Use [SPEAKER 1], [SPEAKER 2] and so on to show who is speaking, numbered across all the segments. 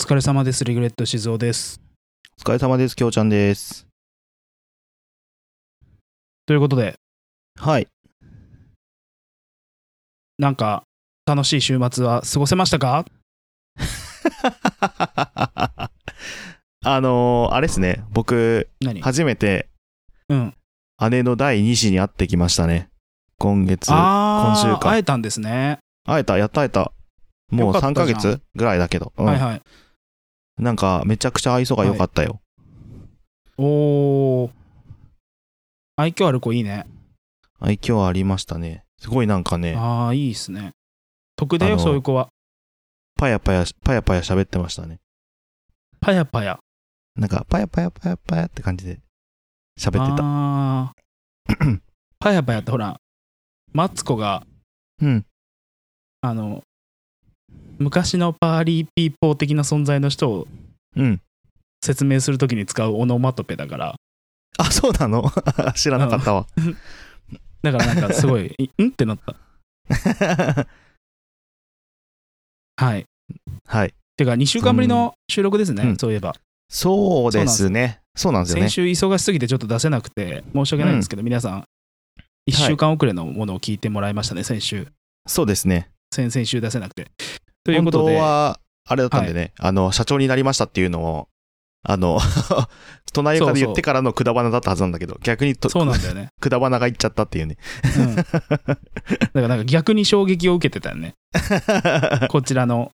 [SPEAKER 1] 疲れ様です。リグレット静雄です。
[SPEAKER 2] お疲れ様です、きょうちゃんです。
[SPEAKER 1] ということで、
[SPEAKER 2] はい。
[SPEAKER 1] なんか楽しい週末は過ごせましたか
[SPEAKER 2] あのー、あれですね、僕、
[SPEAKER 1] 何、
[SPEAKER 2] 初めて
[SPEAKER 1] うん。
[SPEAKER 2] 姉の第2子に会ってきましたね。今月。会
[SPEAKER 1] あー
[SPEAKER 2] 今週か
[SPEAKER 1] 会えたんですね。
[SPEAKER 2] えた、やった会えた。もう
[SPEAKER 1] よか
[SPEAKER 2] 3
[SPEAKER 1] った
[SPEAKER 2] ヶ
[SPEAKER 1] じゃん
[SPEAKER 2] 月ぐらいだけど。うん
[SPEAKER 1] はいはい。
[SPEAKER 2] なんか、めちゃくちゃ愛想が良かったよ。
[SPEAKER 1] おー。愛嬌ある子いいね。
[SPEAKER 2] 愛嬌ありましたね。すごいなんかね、
[SPEAKER 1] ああ、いいですね。得だ
[SPEAKER 2] あ
[SPEAKER 1] よ、
[SPEAKER 2] の
[SPEAKER 1] そういう子は。
[SPEAKER 2] パヤパヤ、パヤパヤ喋ってましたね。
[SPEAKER 1] パヤパヤ。
[SPEAKER 2] なんか、パヤパヤパヤパヤって感じで喋ってた。
[SPEAKER 1] あーパヤパヤってほら、マツコが、
[SPEAKER 2] うん。
[SPEAKER 1] あの、昔のパーリーピーポー的な存在の人を
[SPEAKER 2] うん。
[SPEAKER 1] 説明するときに使うオノマトペだから、
[SPEAKER 2] あ、そうなの 知らなかったわ。
[SPEAKER 1] だからなんかすご い、いんってなった。はい。
[SPEAKER 2] はい。
[SPEAKER 1] てか、2週間ぶりの収録ですね、
[SPEAKER 2] うん
[SPEAKER 1] そういえば。
[SPEAKER 2] そうですね。そうなんですよね
[SPEAKER 1] 先。週忙しすぎてちょっと出せなくて、申し訳ないんですけど、皆さん、1週間遅れのものを聞いてもらいましたね、先週。
[SPEAKER 2] そうですね。
[SPEAKER 1] 先々週出せなくて。という
[SPEAKER 2] 本
[SPEAKER 1] こと
[SPEAKER 2] 当
[SPEAKER 1] で、
[SPEAKER 2] は、あれだったんでね、あの、社長になりましたっていうのを、あの、 隣から言ってからのくだばなだったはずなんだけど、逆にと
[SPEAKER 1] そうなんだよね。
[SPEAKER 2] くだばなが言っちゃったっていうね。
[SPEAKER 1] うん、だからなんか逆に衝撃を受けてたよ ね。こちらの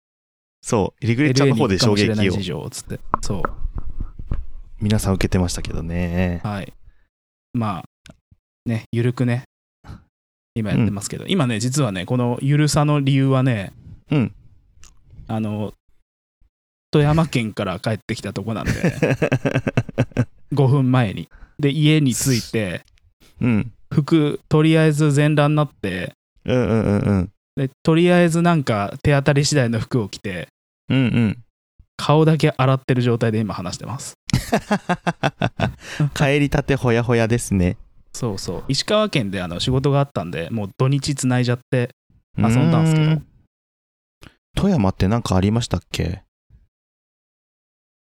[SPEAKER 2] そう、リグレ
[SPEAKER 1] LA
[SPEAKER 2] ッチャーの
[SPEAKER 1] に
[SPEAKER 2] 方
[SPEAKER 1] 行
[SPEAKER 2] で
[SPEAKER 1] くか
[SPEAKER 2] 衝
[SPEAKER 1] もしれない
[SPEAKER 2] 撃を
[SPEAKER 1] 事情をつって。そ
[SPEAKER 2] 皆さん受けてましたけどね。
[SPEAKER 1] う。はい。まあ、ね、ゆるくね、今やってますけど、今ね、実はね、このゆるさの理由はね、
[SPEAKER 2] うん。
[SPEAKER 1] あの、富山県から帰ってきたとこなんで、5分前に。で、家に着いて、
[SPEAKER 2] うん。
[SPEAKER 1] 服、とりあえず全裸になって、
[SPEAKER 2] うんうんうんうん。
[SPEAKER 1] でとりあえずなんか手当たり次第の服を着て、
[SPEAKER 2] うんうん。
[SPEAKER 1] 顔だけ洗ってる状態で今話してます。
[SPEAKER 2] 帰りたてほやほやですね。
[SPEAKER 1] そうそう。石川県であの仕事があったんで、もう土日つないじゃって遊んだんですけ
[SPEAKER 2] うー
[SPEAKER 1] ど、。
[SPEAKER 2] 富山ってなんかありましたっけ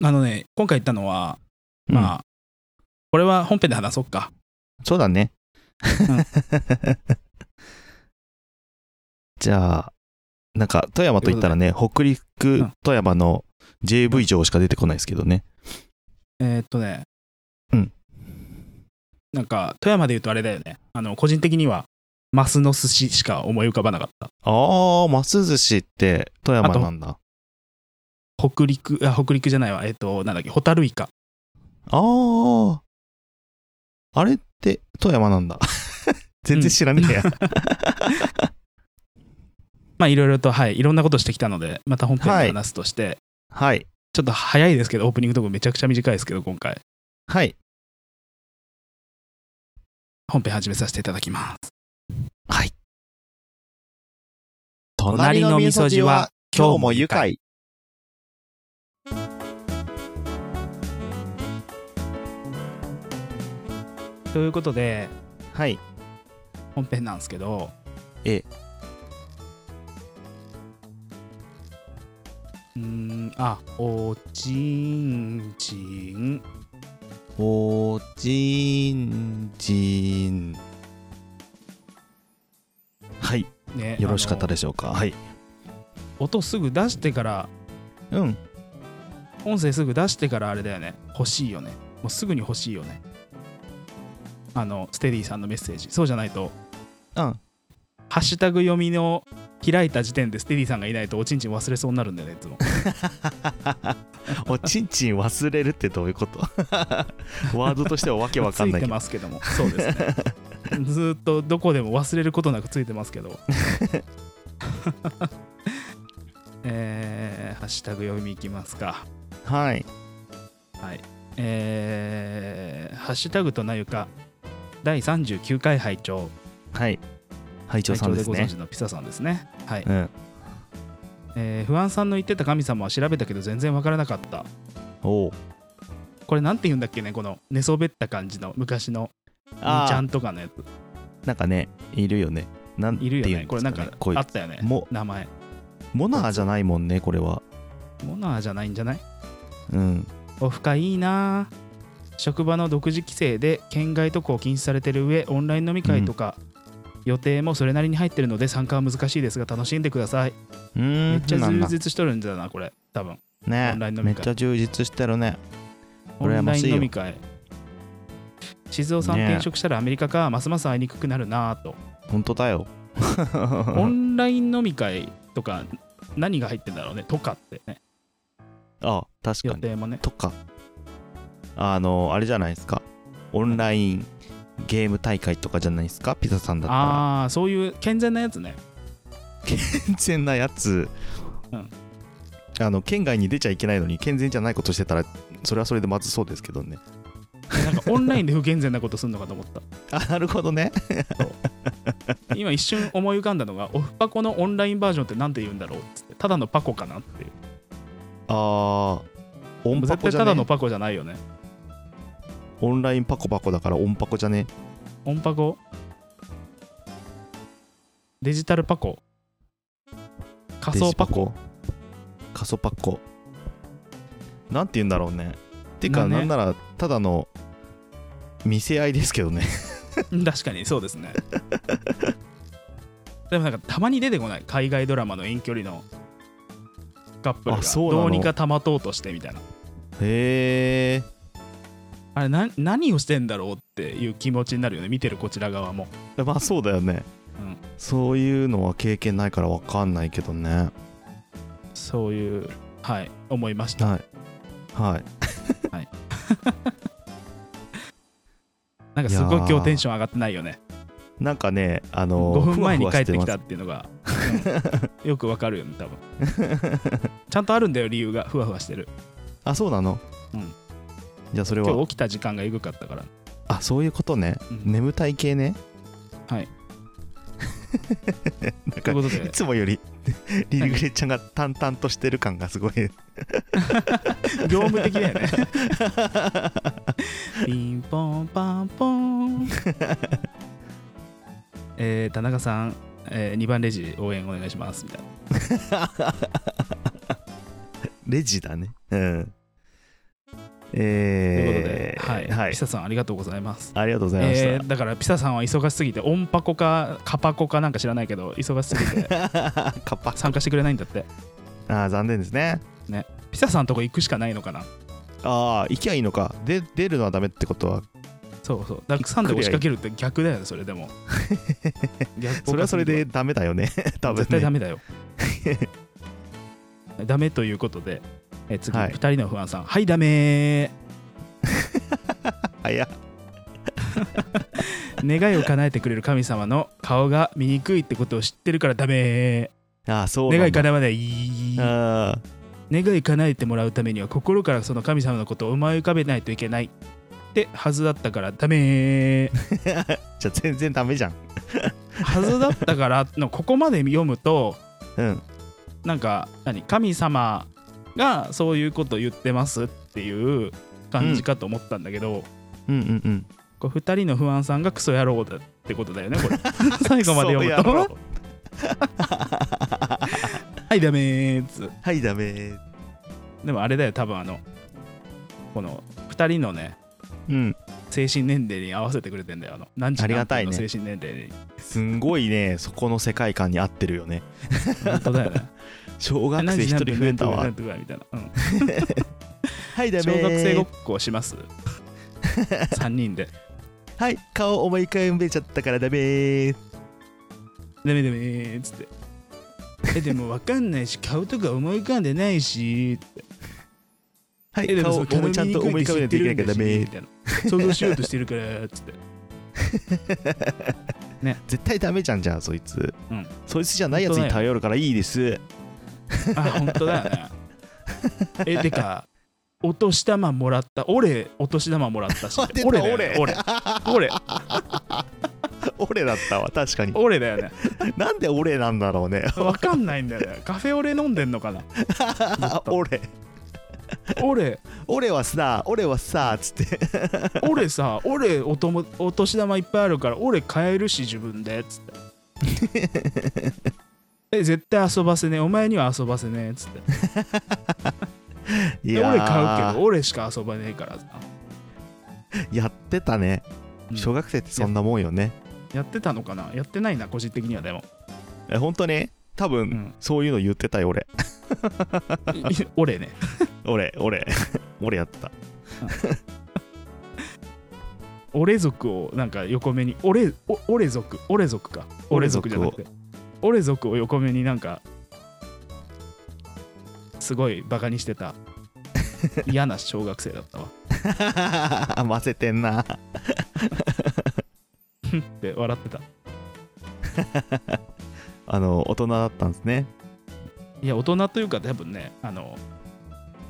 [SPEAKER 1] あのね、今回行ったのは、まあ、これは本編で話そうか。
[SPEAKER 2] そうだね。 じゃあ、なんか富山と言ったらね、北陸富山の JV 城しか出てこないですけどね。
[SPEAKER 1] えーっとね、
[SPEAKER 2] うん。
[SPEAKER 1] なんか、富山で言うとあれだよね。あの、個人的には、マスの寿司しか思い浮かばなかった。
[SPEAKER 2] ああ、ます寿司って富山なんだ。
[SPEAKER 1] 北陸、あ、北陸じゃないわ。えーっと、なんだっけ、ホタルイカ。
[SPEAKER 2] ああ。あれって富山なんだ。 全然知らねえや。
[SPEAKER 1] まあ、いろいろと、はい、いろんなことしてきたので、また本編
[SPEAKER 2] は
[SPEAKER 1] で
[SPEAKER 2] い
[SPEAKER 1] 話すとして、
[SPEAKER 2] はい。
[SPEAKER 1] ちょっと早いですけど、オープニングとこめちゃくちゃ短いですけど、今回、
[SPEAKER 2] はい。
[SPEAKER 1] 本編始めさせていただきます。
[SPEAKER 2] はい。
[SPEAKER 1] 隣の味噌汁は今日も愉快。ということで、
[SPEAKER 2] はい。
[SPEAKER 1] 本編なんですけど、
[SPEAKER 2] ええ
[SPEAKER 1] うーん、あ、おちんちん。
[SPEAKER 2] おじんじん。はい。
[SPEAKER 1] ね、
[SPEAKER 2] よろしかった
[SPEAKER 1] で
[SPEAKER 2] でしょうか。はい。
[SPEAKER 1] 音すぐ出してから、
[SPEAKER 2] うん。
[SPEAKER 1] 音声すぐ出してからあれだよね。欲しいよね。もうすぐに欲しいよね。あの、ステディさんのメッセージ。そうじゃないと、
[SPEAKER 2] うん。
[SPEAKER 1] ハッシュタグ読みの開いた時点でステディさんがいないとおちんちん忘れそうになるんだよね、いつも。
[SPEAKER 2] おちんちん忘れるってどういうこと ワードとしてはわけわかんない
[SPEAKER 1] つい
[SPEAKER 2] け
[SPEAKER 1] て
[SPEAKER 2] ど。
[SPEAKER 1] ますけども。そうです ね。ずーっとどこでも忘れることなくついてますけど。 えー、ハッシュタグ読みいきますか。
[SPEAKER 2] はい。
[SPEAKER 1] はい。えー、ハッシュタグとなゆか、第39回拝聴
[SPEAKER 2] はい。会長
[SPEAKER 1] 会
[SPEAKER 2] さ
[SPEAKER 1] 長
[SPEAKER 2] んで
[SPEAKER 1] ですご存
[SPEAKER 2] ね
[SPEAKER 1] 知。のピサさんですね。はい。
[SPEAKER 2] うん。
[SPEAKER 1] えー不安さんの言ってた神様は調べたけど全然わからなかった。
[SPEAKER 2] おう。
[SPEAKER 1] これなんて言うんだっけね、この寝そべった感じの昔のにち
[SPEAKER 2] あ
[SPEAKER 1] ゃ
[SPEAKER 2] あ
[SPEAKER 1] んとかのやつ
[SPEAKER 2] なんかね、いるよね。なんて
[SPEAKER 1] いるよ
[SPEAKER 2] い
[SPEAKER 1] ね。
[SPEAKER 2] う
[SPEAKER 1] これなんか
[SPEAKER 2] こうい
[SPEAKER 1] あ
[SPEAKER 2] う
[SPEAKER 1] ったよね。
[SPEAKER 2] も
[SPEAKER 1] 名前。
[SPEAKER 2] モナーじゃないもんね、これは。
[SPEAKER 1] モナーじゃないんじゃない
[SPEAKER 2] うん。
[SPEAKER 1] オフ会いいなあ職場の独自規制で県外渡航禁止されてる上オンライン飲み会とか、予定もそれなりに入ってるので参加は難しいですが楽しんでください、
[SPEAKER 2] うん。
[SPEAKER 1] めっちゃ
[SPEAKER 2] なん
[SPEAKER 1] 充
[SPEAKER 2] だ
[SPEAKER 1] 実しとるんだなこれ多分オンライン飲み
[SPEAKER 2] ね
[SPEAKER 1] 会
[SPEAKER 2] めっちゃ充実してるね。
[SPEAKER 1] オ
[SPEAKER 2] 羨
[SPEAKER 1] ンラ
[SPEAKER 2] ま
[SPEAKER 1] イ
[SPEAKER 2] しい
[SPEAKER 1] ン
[SPEAKER 2] よ
[SPEAKER 1] 飲み会静雄さん
[SPEAKER 2] ねえ
[SPEAKER 1] 転職したらアメリカかますます会いにくくなるなあと、
[SPEAKER 2] 本当だよ。
[SPEAKER 1] オンライン飲み会とか何が入ってんだろうねとかってね
[SPEAKER 2] あ、確
[SPEAKER 1] 予
[SPEAKER 2] かに。
[SPEAKER 1] 定もね
[SPEAKER 2] とか。あの、あれじゃないですか。オンラインゲーム大会とかじゃないですかピザさんだったら。
[SPEAKER 1] ああーそういう健全なやつね
[SPEAKER 2] 健全なやつ、
[SPEAKER 1] うん
[SPEAKER 2] あの県外に出ちゃいけないのに健全じゃないことしてたらそれはそれでまずそうですけどね
[SPEAKER 1] なんかオンラインで不健全なことすんのかと思った
[SPEAKER 2] あなるほどね
[SPEAKER 1] 今一瞬思い浮かんだのがオフパコのオンラインバージョンって何て言うんだろうっつってただのパコかなっていう
[SPEAKER 2] あーオンパ
[SPEAKER 1] 絶
[SPEAKER 2] コ
[SPEAKER 1] 対
[SPEAKER 2] じゃ
[SPEAKER 1] ただ
[SPEAKER 2] ね
[SPEAKER 1] のパコじゃないよね
[SPEAKER 2] オンラインパコパコだからオンパコじゃね
[SPEAKER 1] オンパコデジタルパコ仮想パコ
[SPEAKER 2] 仮想パコなんて言うんだろうねてか、
[SPEAKER 1] まあね
[SPEAKER 2] なんならただの見せ合いですけどね
[SPEAKER 1] うん確かにそうですね でもなんかたまに出てこない海外ドラマの遠距離のカップルが
[SPEAKER 2] あそうなの
[SPEAKER 1] どうにかまとうとしてみたいな
[SPEAKER 2] へえ
[SPEAKER 1] あれな何をしてんだろうっていう気持ちになるよね見てるこちら側も
[SPEAKER 2] まあそうだよね、
[SPEAKER 1] うん
[SPEAKER 2] そういうのは経験ないから分かんないけどね
[SPEAKER 1] そういうはい思いました
[SPEAKER 2] はいはい
[SPEAKER 1] なんかすごい今日テンション上がってないよね
[SPEAKER 2] なんかね、あの
[SPEAKER 1] 5分前に帰ってき
[SPEAKER 2] ふ
[SPEAKER 1] た
[SPEAKER 2] わ
[SPEAKER 1] っていうのが、 うんよくわかるよね多分ちゃんとあるんだよ理由がふわふわしてる
[SPEAKER 2] ふわしてますあ、そうなの、
[SPEAKER 1] うん
[SPEAKER 2] じゃあそれ
[SPEAKER 1] 今日
[SPEAKER 2] は、
[SPEAKER 1] 起きた時間がえぐかったから、
[SPEAKER 2] あ、そういうことね。
[SPEAKER 1] うん
[SPEAKER 2] 眠たい系ね。
[SPEAKER 1] はい。
[SPEAKER 2] なん
[SPEAKER 1] と
[SPEAKER 2] か
[SPEAKER 1] い
[SPEAKER 2] いう
[SPEAKER 1] ことで
[SPEAKER 2] つ もよりリリグレちゃんが淡々としてる感がすごい。
[SPEAKER 1] 業務的だよね ピンポンパンポン えー、田中さん、え2番レジ応援お願いしますみたいな
[SPEAKER 2] レジだね。うん。
[SPEAKER 1] ということ
[SPEAKER 2] え
[SPEAKER 1] で、
[SPEAKER 2] ー、
[SPEAKER 1] はい、ピサさんありがとうございます
[SPEAKER 2] ありがとうございました。
[SPEAKER 1] えーだからピサさんは忙しすぎてオンパコかカパコかなんか知らないけど忙しすぎて
[SPEAKER 2] カッパ
[SPEAKER 1] 参加してくれないんだって
[SPEAKER 2] あー残念ですね。
[SPEAKER 1] ピサさんとこ行くしかないのかな
[SPEAKER 2] ああ、行きゃいいのか。で、出るのはダメってことは、
[SPEAKER 1] そうそうダックサンで押しかけるって逆だよねそれ でも逆
[SPEAKER 2] それはそれでダメだよね。多分
[SPEAKER 1] 絶対ダ
[SPEAKER 2] ね。
[SPEAKER 1] メ だよダメということでえ次、
[SPEAKER 2] は
[SPEAKER 1] 二
[SPEAKER 2] い
[SPEAKER 1] 人の不安さんはいダメ
[SPEAKER 2] 早っ
[SPEAKER 1] ー願いを叶えてくれる神様の顔が見にくいってことを知ってるからダメ
[SPEAKER 2] ああ、そう
[SPEAKER 1] ー
[SPEAKER 2] なんだ
[SPEAKER 1] 願い叶わない
[SPEAKER 2] あ
[SPEAKER 1] 願い叶えてもらうためには心からその神様のことを思い浮かべないといけないってはずだったからダメー
[SPEAKER 2] ーじゃあ全然ダメじゃん。
[SPEAKER 1] はずだったからのここまで読むと
[SPEAKER 2] うん。
[SPEAKER 1] なんか何神様がそういうこと言ってますっていう感じかと思ったんだけど、
[SPEAKER 2] うんうんうん。
[SPEAKER 1] これ2人の不安さんがクソ野郎だってことだよね これ最後まで読む
[SPEAKER 2] クソ野
[SPEAKER 1] と
[SPEAKER 2] 郎
[SPEAKER 1] 「 はいダメーっつ
[SPEAKER 2] はい、ダメ。
[SPEAKER 1] でもあれだよ多分あのこの2人のね
[SPEAKER 2] うん。
[SPEAKER 1] 精神年齢に合わせてくれてんだよあの何時
[SPEAKER 2] あり
[SPEAKER 1] 何
[SPEAKER 2] がた
[SPEAKER 1] 分
[SPEAKER 2] い
[SPEAKER 1] の
[SPEAKER 2] ね
[SPEAKER 1] 精神年齢に、
[SPEAKER 2] すんごいね、そこの世界観に合ってるよね。
[SPEAKER 1] 本当だよ ね
[SPEAKER 2] 小学
[SPEAKER 1] 何
[SPEAKER 2] 生
[SPEAKER 1] 時
[SPEAKER 2] 一
[SPEAKER 1] 何
[SPEAKER 2] 人
[SPEAKER 1] 分
[SPEAKER 2] 増えたわ
[SPEAKER 1] 何。分何分みたいな、うん
[SPEAKER 2] はい、ダメ。
[SPEAKER 1] 小学生ごっこします 3人で
[SPEAKER 2] はい、顔思い浮かべちゃったからダ
[SPEAKER 1] 「
[SPEAKER 2] メ。
[SPEAKER 1] ダメダメ」っつって「えでも分かんないし顔とか思い浮かんでないし」
[SPEAKER 2] は
[SPEAKER 1] え
[SPEAKER 2] い、
[SPEAKER 1] でも
[SPEAKER 2] 顔
[SPEAKER 1] そ
[SPEAKER 2] を
[SPEAKER 1] う顔
[SPEAKER 2] ちゃんと思い浮かべないといけないからダ
[SPEAKER 1] 見にく。いっ
[SPEAKER 2] メ
[SPEAKER 1] て知ってるんだしみたいな想像しようとしてるからっつって
[SPEAKER 2] 絶対ダメじゃんじゃあ、そいつ
[SPEAKER 1] うん。
[SPEAKER 2] そいつじゃないやつに頼るからいいです。
[SPEAKER 1] あ本当だよねえてかお年玉もらった俺お年玉もらった し
[SPEAKER 2] 出た
[SPEAKER 1] 俺だよね俺俺
[SPEAKER 2] 俺俺だったわ、確かに。
[SPEAKER 1] 俺だよね
[SPEAKER 2] なんで俺なんだろうね。
[SPEAKER 1] わかんないんだよねカフェオレ飲んでんのかな
[SPEAKER 2] 俺。
[SPEAKER 1] 俺
[SPEAKER 2] 俺はさ、俺はさ、つって。
[SPEAKER 1] 俺さ俺おともお年玉いっぱいあるから俺買えるし自分でっつって え絶対遊ばせねえお前には遊ばせねえつって
[SPEAKER 2] い
[SPEAKER 1] で俺買うけ
[SPEAKER 2] ー
[SPEAKER 1] ど俺しか遊ばねえからさ、
[SPEAKER 2] やってたね。
[SPEAKER 1] うん
[SPEAKER 2] 小学生ってそんなもんよね。
[SPEAKER 1] やってたのかなやってないな個人的にはでも、
[SPEAKER 2] え、本当に多分、
[SPEAKER 1] うん、
[SPEAKER 2] そういうの言ってたよ、俺。
[SPEAKER 1] い俺ね
[SPEAKER 2] 俺、 俺、俺やった。
[SPEAKER 1] 俺族をなんか横目に俺お俺族俺族か俺
[SPEAKER 2] 俺
[SPEAKER 1] 族
[SPEAKER 2] 族を
[SPEAKER 1] じゃなくて俺族を横目になんかすごいバカにして た嫌な小学生だったわ
[SPEAKER 2] 混ぜてんな。
[SPEAKER 1] って笑ってた
[SPEAKER 2] あの、大人だったんですね。
[SPEAKER 1] いや大人というか多分ねあの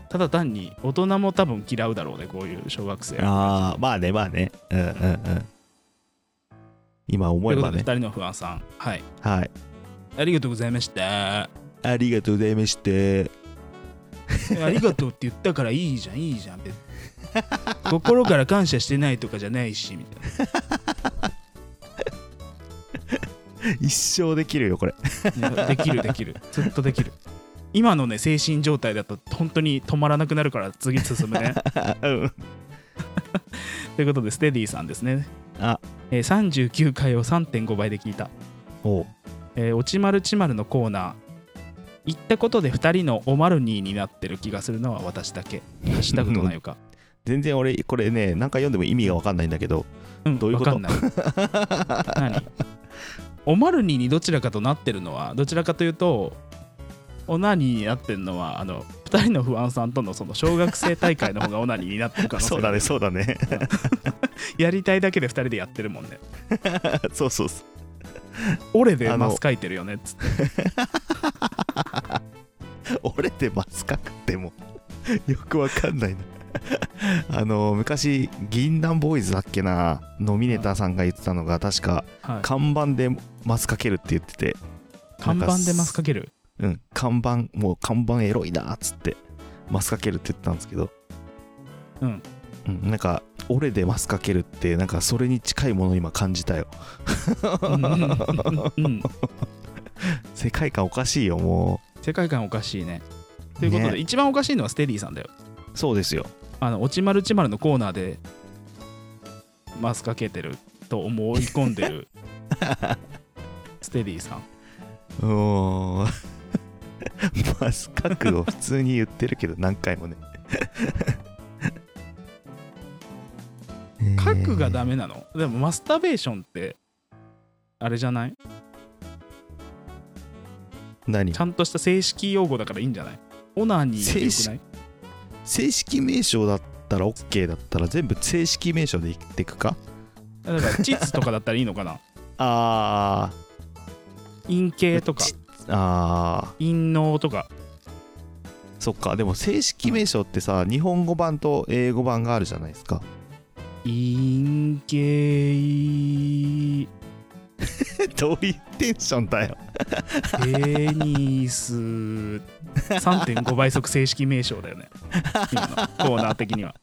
[SPEAKER 1] ただ単に大人も多分嫌うだろうねこういう小学生
[SPEAKER 2] ああ、まあね、まあね。うんうんうん。今思えば
[SPEAKER 1] という
[SPEAKER 2] ね
[SPEAKER 1] こ。とで2人の不安さんはい
[SPEAKER 2] はい。
[SPEAKER 1] ありがとうございましたあ
[SPEAKER 2] ありがとうございまして。
[SPEAKER 1] りがとうって言ったからいいじゃんいいじゃんって 心から感謝してないとかじゃないしみたいな
[SPEAKER 2] 一生できるよ、これ。
[SPEAKER 1] いやできるできるずっとできる今のね精神状態だと本当に止まらなくなるから次進む ね
[SPEAKER 2] うん。
[SPEAKER 1] ということでステディさんですね
[SPEAKER 2] あ、
[SPEAKER 1] えー39回を3.5倍で聞いた
[SPEAKER 2] おう
[SPEAKER 1] 「えーおちまるちまる」のコーナー行ったことで2人のおまるにーになってる気がするのは私だけ「したことないよか」
[SPEAKER 2] 全然俺、これね、何回読んでも意味がわかんないんだけど。
[SPEAKER 1] うん、
[SPEAKER 2] どういうこと
[SPEAKER 1] わかんない何おまるにーにどちらかとなってるのはどちらかというとオナニーになってるのはあの2人の不安さんとのその小学生大会の方がオナニーになってるから
[SPEAKER 2] そうだね、そうだね。
[SPEAKER 1] やりたいだけで2人でやってるもんね
[SPEAKER 2] そうそうそう。
[SPEAKER 1] 俺で
[SPEAKER 2] あの
[SPEAKER 1] マス書いてるよねっつって
[SPEAKER 2] 俺でマスカくっても よくわかんないなあの昔銀杏ボーイズだっけなノミネーターさんが言ってたのが確か
[SPEAKER 1] はい
[SPEAKER 2] 看板でマスかけるって言ってて
[SPEAKER 1] 看板でマス
[SPEAKER 2] か
[SPEAKER 1] かける
[SPEAKER 2] うん看板もう看板エロいなっつってマスかけるって言ってたんですけど
[SPEAKER 1] うん、
[SPEAKER 2] うん、なんか俺でマスかけるってなんかそれに近いもの今感じたよ
[SPEAKER 1] うんうんうんうん
[SPEAKER 2] 世界観おかしいよも
[SPEAKER 1] 世界観おかしいねということで、
[SPEAKER 2] ね
[SPEAKER 1] 一番おかしいのはステディさんだよ
[SPEAKER 2] うそうですよ
[SPEAKER 1] あの「おちまるちまる」のコーナーでマスかけてると思い込んでるステディさん
[SPEAKER 2] うーんマスカクを普通に言ってるけど何回 もね
[SPEAKER 1] 核がダ
[SPEAKER 2] メ
[SPEAKER 1] メなのでもマスターベーションってあれじゃない
[SPEAKER 2] 何
[SPEAKER 1] ちゃんとした正式用語だからいいんじゃないオナニーでよくない
[SPEAKER 2] 正式名称だったら OK だったら全部正式名称で言ってくか
[SPEAKER 1] だからチツとかだったらいいのかな
[SPEAKER 2] あ
[SPEAKER 1] 陰
[SPEAKER 2] ー
[SPEAKER 1] 茎とか
[SPEAKER 2] ちあ
[SPEAKER 1] 陰嚢とか
[SPEAKER 2] ーそっかでも正式名称ってさ日本語版と英語版があるじゃないですか
[SPEAKER 1] 陰茎
[SPEAKER 2] どういうテンションだよ
[SPEAKER 1] ペニス3.5倍速正式名称だよね今のコーナー的には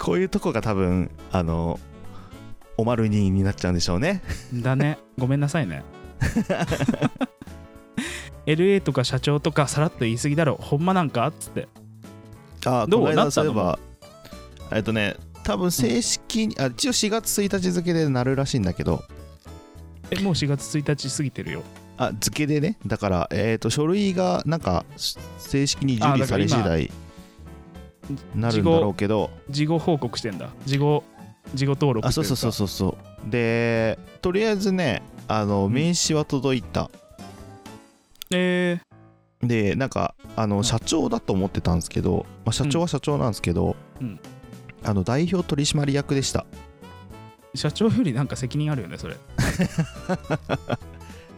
[SPEAKER 2] こういうとこが多分あのおまるにになっちゃうんでしょうね
[SPEAKER 1] だねごめんなさいね LA とか社長とかさらっと言い過ぎだろほんまなんかっつって
[SPEAKER 2] あ
[SPEAKER 1] どう
[SPEAKER 2] この
[SPEAKER 1] な
[SPEAKER 2] 間
[SPEAKER 1] った
[SPEAKER 2] そう
[SPEAKER 1] の
[SPEAKER 2] いえばえっとね多分正式に、あ一応4月1日付でなるらしいんだけど
[SPEAKER 1] えもう4月1日過ぎてるよ
[SPEAKER 2] あ付けでねだから、えっと書類がなんかし正式に受
[SPEAKER 1] あ
[SPEAKER 2] 理
[SPEAKER 1] だから
[SPEAKER 2] され
[SPEAKER 1] 今
[SPEAKER 2] 次第なるんだろうけど
[SPEAKER 1] 事後報告してんだ事後事後登録
[SPEAKER 2] あそうそうそうそうそうでとりあえずねあの
[SPEAKER 1] ん
[SPEAKER 2] 名刺は届いた、
[SPEAKER 1] うえ
[SPEAKER 2] でなんかあの、
[SPEAKER 1] ん
[SPEAKER 2] 社長だと思ってたんですけど、まあ、社長は社長なんですけど、
[SPEAKER 1] うん
[SPEAKER 2] あの代表取締役でした
[SPEAKER 1] ー社長よりなんか責任あるよねそれ
[SPEAKER 2] だか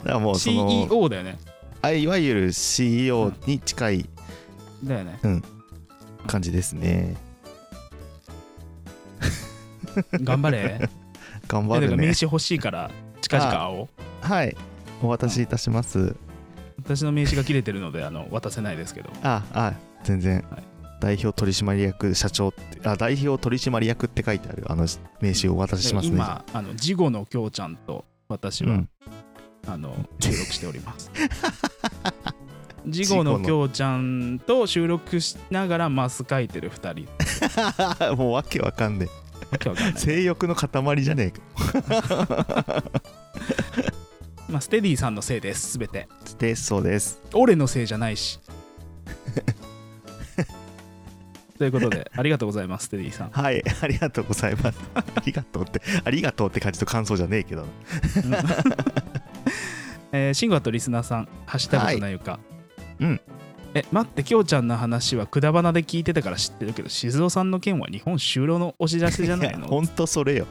[SPEAKER 2] らもうその
[SPEAKER 1] CEO だよね
[SPEAKER 2] あいわゆる CEO に近い
[SPEAKER 1] だよね
[SPEAKER 2] 感じですね。
[SPEAKER 1] 頑張れ
[SPEAKER 2] 頑
[SPEAKER 1] え
[SPEAKER 2] 張
[SPEAKER 1] だから
[SPEAKER 2] る
[SPEAKER 1] 名
[SPEAKER 2] ね。
[SPEAKER 1] 刺欲しいから近々会おう
[SPEAKER 2] はい。お渡しいたします。
[SPEAKER 1] 私の名刺が切れてるのであの渡せないですけど
[SPEAKER 2] あ、あ、全然。
[SPEAKER 1] はい
[SPEAKER 2] 代表取締役社長ってあ代表取締役って書いてあるあの名刺をお渡ししますね。
[SPEAKER 1] 今あの事後のきょうちゃんと私
[SPEAKER 2] う
[SPEAKER 1] は
[SPEAKER 2] ん
[SPEAKER 1] あの収録しており ます。次号のきょうちゃんと収録しながらマス書いてる2人。
[SPEAKER 2] もうわけわかんね
[SPEAKER 1] わけわかん
[SPEAKER 2] え
[SPEAKER 1] ない。
[SPEAKER 2] 性欲の塊じゃねえか
[SPEAKER 1] まあ、ステディさんのせいです、すべて。
[SPEAKER 2] ですそうです
[SPEAKER 1] 俺のせいじゃない し。ということで、ありがとうございます、ステディさん。
[SPEAKER 2] はいありがとうございますありがとうってありがとうって感じと感想じゃねえけど
[SPEAKER 1] うんえー、シンゴとリスナーさん、ハッシュタグとなゆか。
[SPEAKER 2] うん。
[SPEAKER 1] え、待って、きょうちゃんの話はくだばなで聞いてたから知ってるけど、静雄さんの件は日本就労のお知らせじゃ ないの
[SPEAKER 2] ほんとそれよ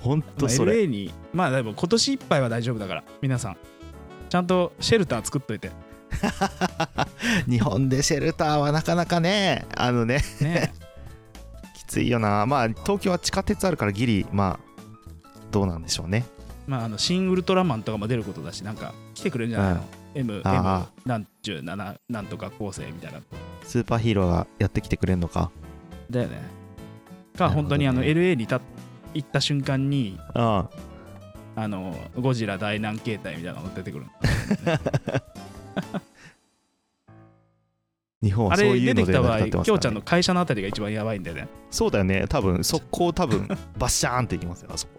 [SPEAKER 2] ほん
[SPEAKER 1] ま
[SPEAKER 2] と
[SPEAKER 1] あ
[SPEAKER 2] それ
[SPEAKER 1] LA に、まあでも今年いっぱいは大丈夫だから、皆さん、ちゃんとシェルター作っと いて、
[SPEAKER 2] 日本でシェルターはなかなかねあのね
[SPEAKER 1] ね、
[SPEAKER 2] きついよなまあ東京は地下鉄あるからギリまあどうなんでしょうね
[SPEAKER 1] まああの、新ウルトラマンとかも出ることだし、なんか来てくれるんじゃないの、
[SPEAKER 2] うん
[SPEAKER 1] M、
[SPEAKER 2] あ
[SPEAKER 1] M なんちゅうななんとか構成みたいな。
[SPEAKER 2] スーパーヒーローがやってきてくれんのか
[SPEAKER 1] だよね。
[SPEAKER 2] なるほど
[SPEAKER 1] か、
[SPEAKER 2] ね
[SPEAKER 1] 本当にあの LA にた行った瞬間に、
[SPEAKER 2] うん
[SPEAKER 1] あのゴジラ大難形態みたいなのが出てくる
[SPEAKER 2] 日本
[SPEAKER 1] あ
[SPEAKER 2] はそう
[SPEAKER 1] れ
[SPEAKER 2] い
[SPEAKER 1] 出
[SPEAKER 2] う
[SPEAKER 1] て
[SPEAKER 2] の
[SPEAKER 1] き
[SPEAKER 2] で
[SPEAKER 1] た
[SPEAKER 2] 成り
[SPEAKER 1] 場合、
[SPEAKER 2] 立ってます
[SPEAKER 1] きょうちゃ
[SPEAKER 2] から
[SPEAKER 1] ん
[SPEAKER 2] ね
[SPEAKER 1] の会社のあたりが一番やばいんだよね。
[SPEAKER 2] そうだよね多分速攻 多分バッシャーンっていきますよあそこ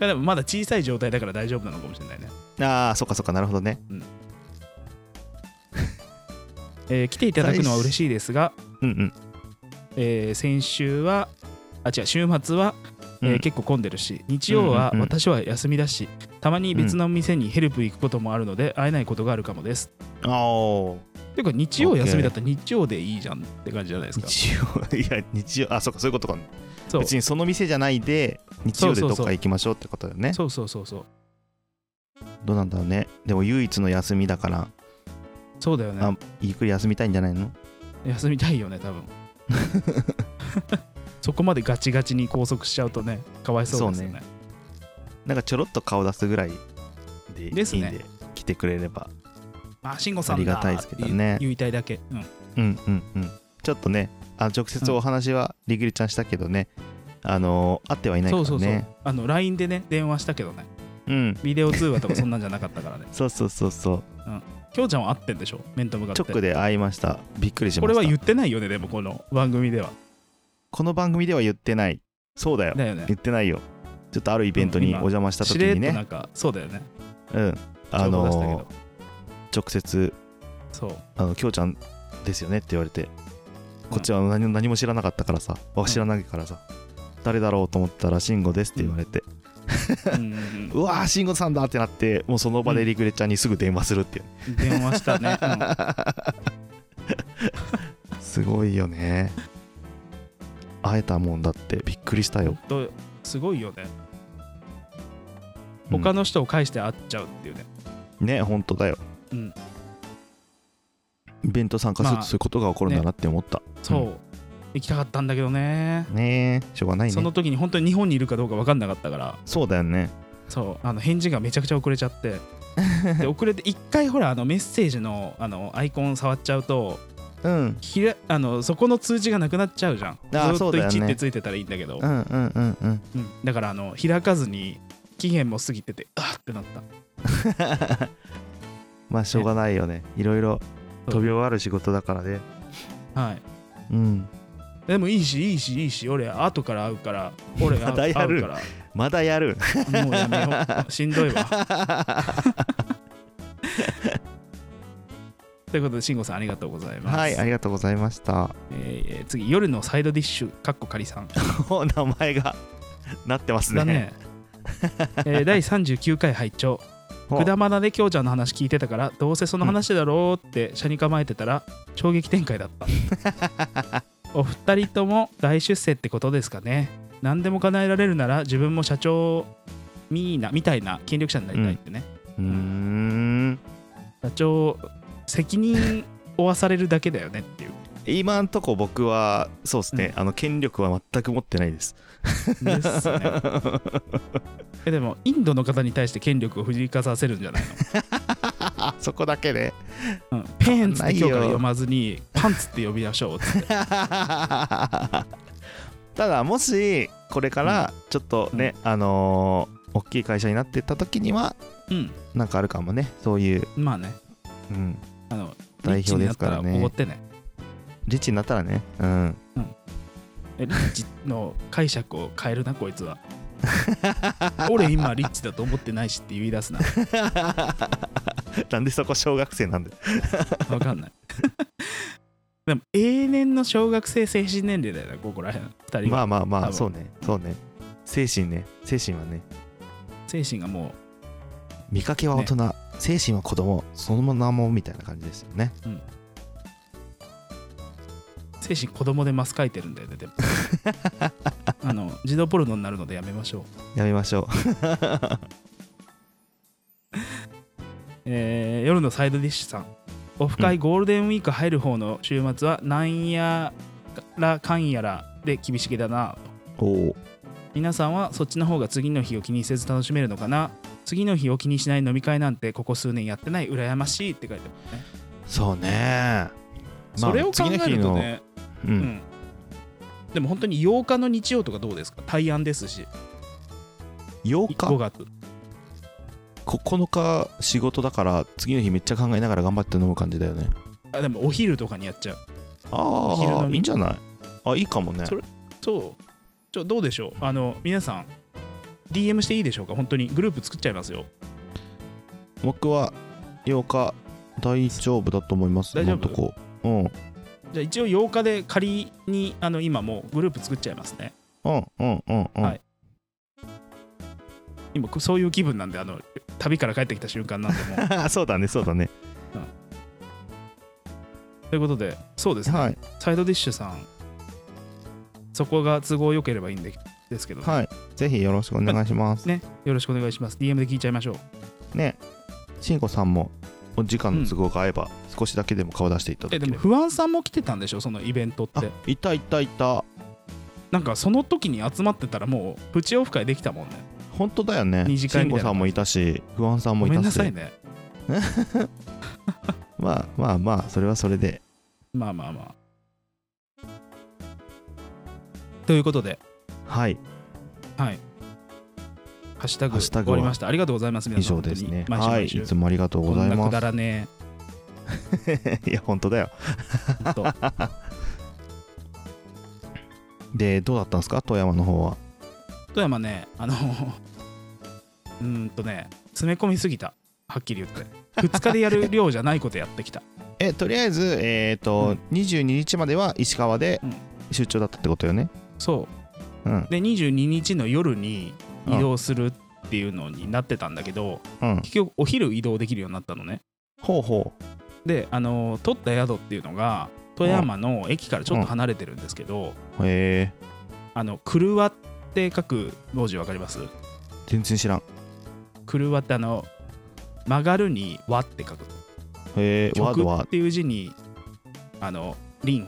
[SPEAKER 1] いやでもまだ小さい状態だから大丈夫なのかもしれないね。
[SPEAKER 2] ああそっかそっかなるほどね
[SPEAKER 1] えー来ていただくのは嬉しいですが、
[SPEAKER 2] うんうん
[SPEAKER 1] えー先週は、あ、違う、週末は、えー
[SPEAKER 2] うん
[SPEAKER 1] 結構混んでるし、日曜は
[SPEAKER 2] うんうんうん
[SPEAKER 1] 私は休みだし、たまに別の店にヘルプ行くこともあるので、会えないことがあるかもです。
[SPEAKER 2] ああ
[SPEAKER 1] ていうか、日曜休みだったら日曜でいいじゃんって感じじゃないですか。
[SPEAKER 2] 日曜いや日曜あそっかそういうことか
[SPEAKER 1] そう
[SPEAKER 2] 別にその店じゃないで日曜でどっか行きましょうってことだよね
[SPEAKER 1] そうそうそうそう。
[SPEAKER 2] どうなんだろうねでも唯一の休みだから
[SPEAKER 1] そうだよね
[SPEAKER 2] あ。ゆっくり休みたいんじゃないの
[SPEAKER 1] 休みたいよね、多 分そこまでガチガチに拘束しちゃうとね、かわいそうですよね。
[SPEAKER 2] なんかちょろっと顔出すぐらいでいいんで
[SPEAKER 1] ですね
[SPEAKER 2] 来てくれれば
[SPEAKER 1] まあ、慎吾さん
[SPEAKER 2] あり
[SPEAKER 1] だ
[SPEAKER 2] がたいですけどね
[SPEAKER 1] って言いたいだけ。うん、
[SPEAKER 2] うんうんうんちょっとねあ直接お話はリギリちゃんしたけどね、あのー会ってはいないか
[SPEAKER 1] そ
[SPEAKER 2] ら
[SPEAKER 1] う
[SPEAKER 2] ね
[SPEAKER 1] そうそう。あの、LINE でね、電話したけどね、
[SPEAKER 2] うん。
[SPEAKER 1] ビデオ通話とかそんなんじゃなかったからね
[SPEAKER 2] そうそうそうそう
[SPEAKER 1] きょうちゃんは会ってんでしょ、面と向かって。
[SPEAKER 2] 直で会いましたびっくりしま
[SPEAKER 1] こ
[SPEAKER 2] し
[SPEAKER 1] れ
[SPEAKER 2] た
[SPEAKER 1] は言ってないよね、でも、この番組では。
[SPEAKER 2] この番組では言ってないそうだよ
[SPEAKER 1] だよね。
[SPEAKER 2] 言ってないよちょっとあるイベント
[SPEAKER 1] うん
[SPEAKER 2] にお
[SPEAKER 1] 今
[SPEAKER 2] 邪魔した
[SPEAKER 1] し
[SPEAKER 2] 時
[SPEAKER 1] れっ
[SPEAKER 2] に
[SPEAKER 1] とな
[SPEAKER 2] ね
[SPEAKER 1] んか、そうだよね。
[SPEAKER 2] うんあ
[SPEAKER 1] 情報出したけ
[SPEAKER 2] のー
[SPEAKER 1] ど。
[SPEAKER 2] 直接
[SPEAKER 1] そう。
[SPEAKER 2] あの「きょうちゃんですよね」って言われて
[SPEAKER 1] ん
[SPEAKER 2] こっちは何も何も知らなかったからさわ知らないからさ、誰だろうと思ったら「慎吾です」って言われて、
[SPEAKER 1] うんうん
[SPEAKER 2] うわー慎吾さんだってなってもうその場でリグレちゃんにすぐ電話するっていう、
[SPEAKER 1] うん電話した ね。うん
[SPEAKER 2] すごいよね会えたもんだってびっくりしたよ、
[SPEAKER 1] ほんとすごいよね。
[SPEAKER 2] うん
[SPEAKER 1] 他の人を介して会っちゃうっていうね。
[SPEAKER 2] ね本当だよ
[SPEAKER 1] うん
[SPEAKER 2] イベント参加する
[SPEAKER 1] まあ
[SPEAKER 2] とそういうことが起こるんだなって思った、
[SPEAKER 1] そう、
[SPEAKER 2] う
[SPEAKER 1] 行きたかったんだけどね
[SPEAKER 2] ねえしょうがないね
[SPEAKER 1] その時に本当に日本にいるかどうか分かんなかったから
[SPEAKER 2] そうだよね
[SPEAKER 1] そうあの返事がめちゃくちゃ遅れちゃってで遅れて一回ほらあのメッセージのあのアイコン触っちゃうと
[SPEAKER 2] うん
[SPEAKER 1] ひらあのそこの通知がなくなっちゃうじゃんずーっ
[SPEAKER 2] そ
[SPEAKER 1] と
[SPEAKER 2] うだよね
[SPEAKER 1] 1ってついてたらいいんだけど
[SPEAKER 2] うんうんうんうん
[SPEAKER 1] うんだからあの開かずに期限も過ぎててあっってなった
[SPEAKER 2] まあしょうがないよねいろいろ飛び終わる仕事だからね
[SPEAKER 1] はい
[SPEAKER 2] うん
[SPEAKER 1] でもいいしいいしいいし俺後から会うから俺あ
[SPEAKER 2] まだ
[SPEAKER 1] 会う
[SPEAKER 2] やる
[SPEAKER 1] か
[SPEAKER 2] まだ やる
[SPEAKER 1] らもうやめようしんどいわということで慎吾さんありがとうございます、
[SPEAKER 2] はいありがとうございました
[SPEAKER 1] えー次夜のサイドディッシュかっこかりさん
[SPEAKER 2] お名前 がなってますね
[SPEAKER 1] だね、えー第39回拝聴
[SPEAKER 2] お
[SPEAKER 1] くだまなできょうちゃんの話聞いてたからどうせその話だろうって車に構えてたら衝撃展開だった お二人とも大出世ってことですかね何でも叶えられるなら自分も社長みーなみたいな権力者になりたいってね、
[SPEAKER 2] うーん
[SPEAKER 1] 社長責任負わされるだけだよねっていう
[SPEAKER 2] 今んとこ僕はそうですね、あの権力は全く持ってないです
[SPEAKER 1] です ねえでもインドの方に対して権力を振りかざせるんじゃない
[SPEAKER 2] あそこだけで
[SPEAKER 1] の、うん、ペンっつっ
[SPEAKER 2] な
[SPEAKER 1] て
[SPEAKER 2] い
[SPEAKER 1] 今
[SPEAKER 2] よ
[SPEAKER 1] 日から読まずにパンツって呼びましょうっつって
[SPEAKER 2] ただもしこれからちょっとね、あのー大きい会社になってった時には
[SPEAKER 1] うん
[SPEAKER 2] なんかあるかもねそういう、
[SPEAKER 1] まあね
[SPEAKER 2] うん、
[SPEAKER 1] あの
[SPEAKER 2] 代表ですから
[SPEAKER 1] リッチになったらおごっ
[SPEAKER 2] ね
[SPEAKER 1] てね
[SPEAKER 2] リッチになったらねうん
[SPEAKER 1] えリッチ の解釈を変えるなこいつ は俺今リッチだと思ってないしって言い出すな
[SPEAKER 2] なんでそこ小学生なんだよ
[SPEAKER 1] わかんない でも永年の小学生精神年齢だよなここら辺2人が、
[SPEAKER 2] まあまあま
[SPEAKER 1] 多
[SPEAKER 2] あ
[SPEAKER 1] 分
[SPEAKER 2] そうねそうね精神ね精神はね
[SPEAKER 1] 精神がも
[SPEAKER 2] 見かけは大人、精神は子供その名もみたいな感じですよね
[SPEAKER 1] う精神子供でマス書いてるんだよねで もあの児童ポルノになるのでやめましょう
[SPEAKER 2] やめましょ
[SPEAKER 1] えー夜のサイドディッシュさんオフ会ゴールデンウィーク入る方の週末はなんやらかんやらで厳しげだなと
[SPEAKER 2] う おお
[SPEAKER 1] 皆さんはそっちの方が次の日を気にせず楽しめるのかな次の日を気にしない飲み会なんてここ数年やってない羨ましいって書いてあるね、
[SPEAKER 2] そうね
[SPEAKER 1] それを考えるとね、
[SPEAKER 2] う、
[SPEAKER 1] うんん、でも本当に8日の日曜とかどうですか対案ですし5
[SPEAKER 2] 8日
[SPEAKER 1] 月
[SPEAKER 2] 9日仕事だから次の日めっちゃ考えながら頑張って飲む感じだよね
[SPEAKER 1] あでもお昼とかにやっちゃう昼
[SPEAKER 2] あ
[SPEAKER 1] 飲
[SPEAKER 2] あ
[SPEAKER 1] み
[SPEAKER 2] いいんじゃないあいいかもね
[SPEAKER 1] それそうちょどうでしょうあの皆さん DM していいでしょうか本当にグループ作っちゃいますよ
[SPEAKER 2] 僕は8日大丈夫だと思います
[SPEAKER 1] 大丈夫
[SPEAKER 2] 今んとこうんうん
[SPEAKER 1] じゃあ一応8日で仮にあの今もうグループ作っちゃいますね
[SPEAKER 2] うんうんうん、
[SPEAKER 1] はい今こそういう気分なんであの旅から帰ってきた瞬間なんでもう
[SPEAKER 2] そうだねそうだね
[SPEAKER 1] ということでそうですね、
[SPEAKER 2] はい
[SPEAKER 1] サイドディッシュさんそこが都合良ければいいんでですけど、
[SPEAKER 2] はいぜひよろしくお願いします
[SPEAKER 1] ねよろしくお願いします DM で聞いちゃいましょう
[SPEAKER 2] ねしんこさんもお時間の都合が合えば少しだけでも顔出していただ
[SPEAKER 1] え
[SPEAKER 2] け
[SPEAKER 1] で
[SPEAKER 2] れば
[SPEAKER 1] も不安さんも来てたんでしょそのイベントっ
[SPEAKER 2] あ
[SPEAKER 1] て
[SPEAKER 2] いたいたいた
[SPEAKER 1] なんかその時に集まってたらもうプチオフ会できたもんね
[SPEAKER 2] 本当だよね
[SPEAKER 1] 二次
[SPEAKER 2] し
[SPEAKER 1] 会
[SPEAKER 2] ん
[SPEAKER 1] み
[SPEAKER 2] こ
[SPEAKER 1] たいな
[SPEAKER 2] さんもいたし不安さん
[SPEAKER 1] ご
[SPEAKER 2] もい
[SPEAKER 1] めん
[SPEAKER 2] た
[SPEAKER 1] な
[SPEAKER 2] し
[SPEAKER 1] さいね
[SPEAKER 2] まあまあまあそれはそれで
[SPEAKER 1] まあまあまあということで
[SPEAKER 2] はい
[SPEAKER 1] はいハッシュタグ
[SPEAKER 2] ハッシュタグ
[SPEAKER 1] 終
[SPEAKER 2] は
[SPEAKER 1] わりましたありがとうございます皆
[SPEAKER 2] 以
[SPEAKER 1] さん
[SPEAKER 2] 上ですね。
[SPEAKER 1] 本当に
[SPEAKER 2] はい、
[SPEAKER 1] 毎週
[SPEAKER 2] い
[SPEAKER 1] 毎
[SPEAKER 2] つ
[SPEAKER 1] 週
[SPEAKER 2] もありがとう
[SPEAKER 1] こ
[SPEAKER 2] ござ
[SPEAKER 1] ん
[SPEAKER 2] い
[SPEAKER 1] な
[SPEAKER 2] ま
[SPEAKER 1] くだらね
[SPEAKER 2] す。いや、本当だよ。
[SPEAKER 1] えほんと
[SPEAKER 2] で、どうだったんですか、富山の方は。
[SPEAKER 1] 富山ねあの うーんとね詰め込みすぎたはっきり言って2日でやる量じゃないことやってきた
[SPEAKER 2] え、とりあえず、えっ、と、22日までは石川で
[SPEAKER 1] うん
[SPEAKER 2] 出張だったってことよね。
[SPEAKER 1] そ
[SPEAKER 2] うん
[SPEAKER 1] う、で22日の夜に移動するっていうのになってたんだけど
[SPEAKER 2] うん。
[SPEAKER 1] 結局お昼移動できるようになったのね
[SPEAKER 2] ほうほう。
[SPEAKER 1] であの取った宿っていうのが富山の駅からちょっと離れてるんですけど、
[SPEAKER 2] へえ、
[SPEAKER 1] あの車って書く文字わかります
[SPEAKER 2] 全然知らん。
[SPEAKER 1] 車ってあの曲がるに和って書く
[SPEAKER 2] へえ、ワード
[SPEAKER 1] 曲っ
[SPEAKER 2] は。
[SPEAKER 1] ていう字にあの輪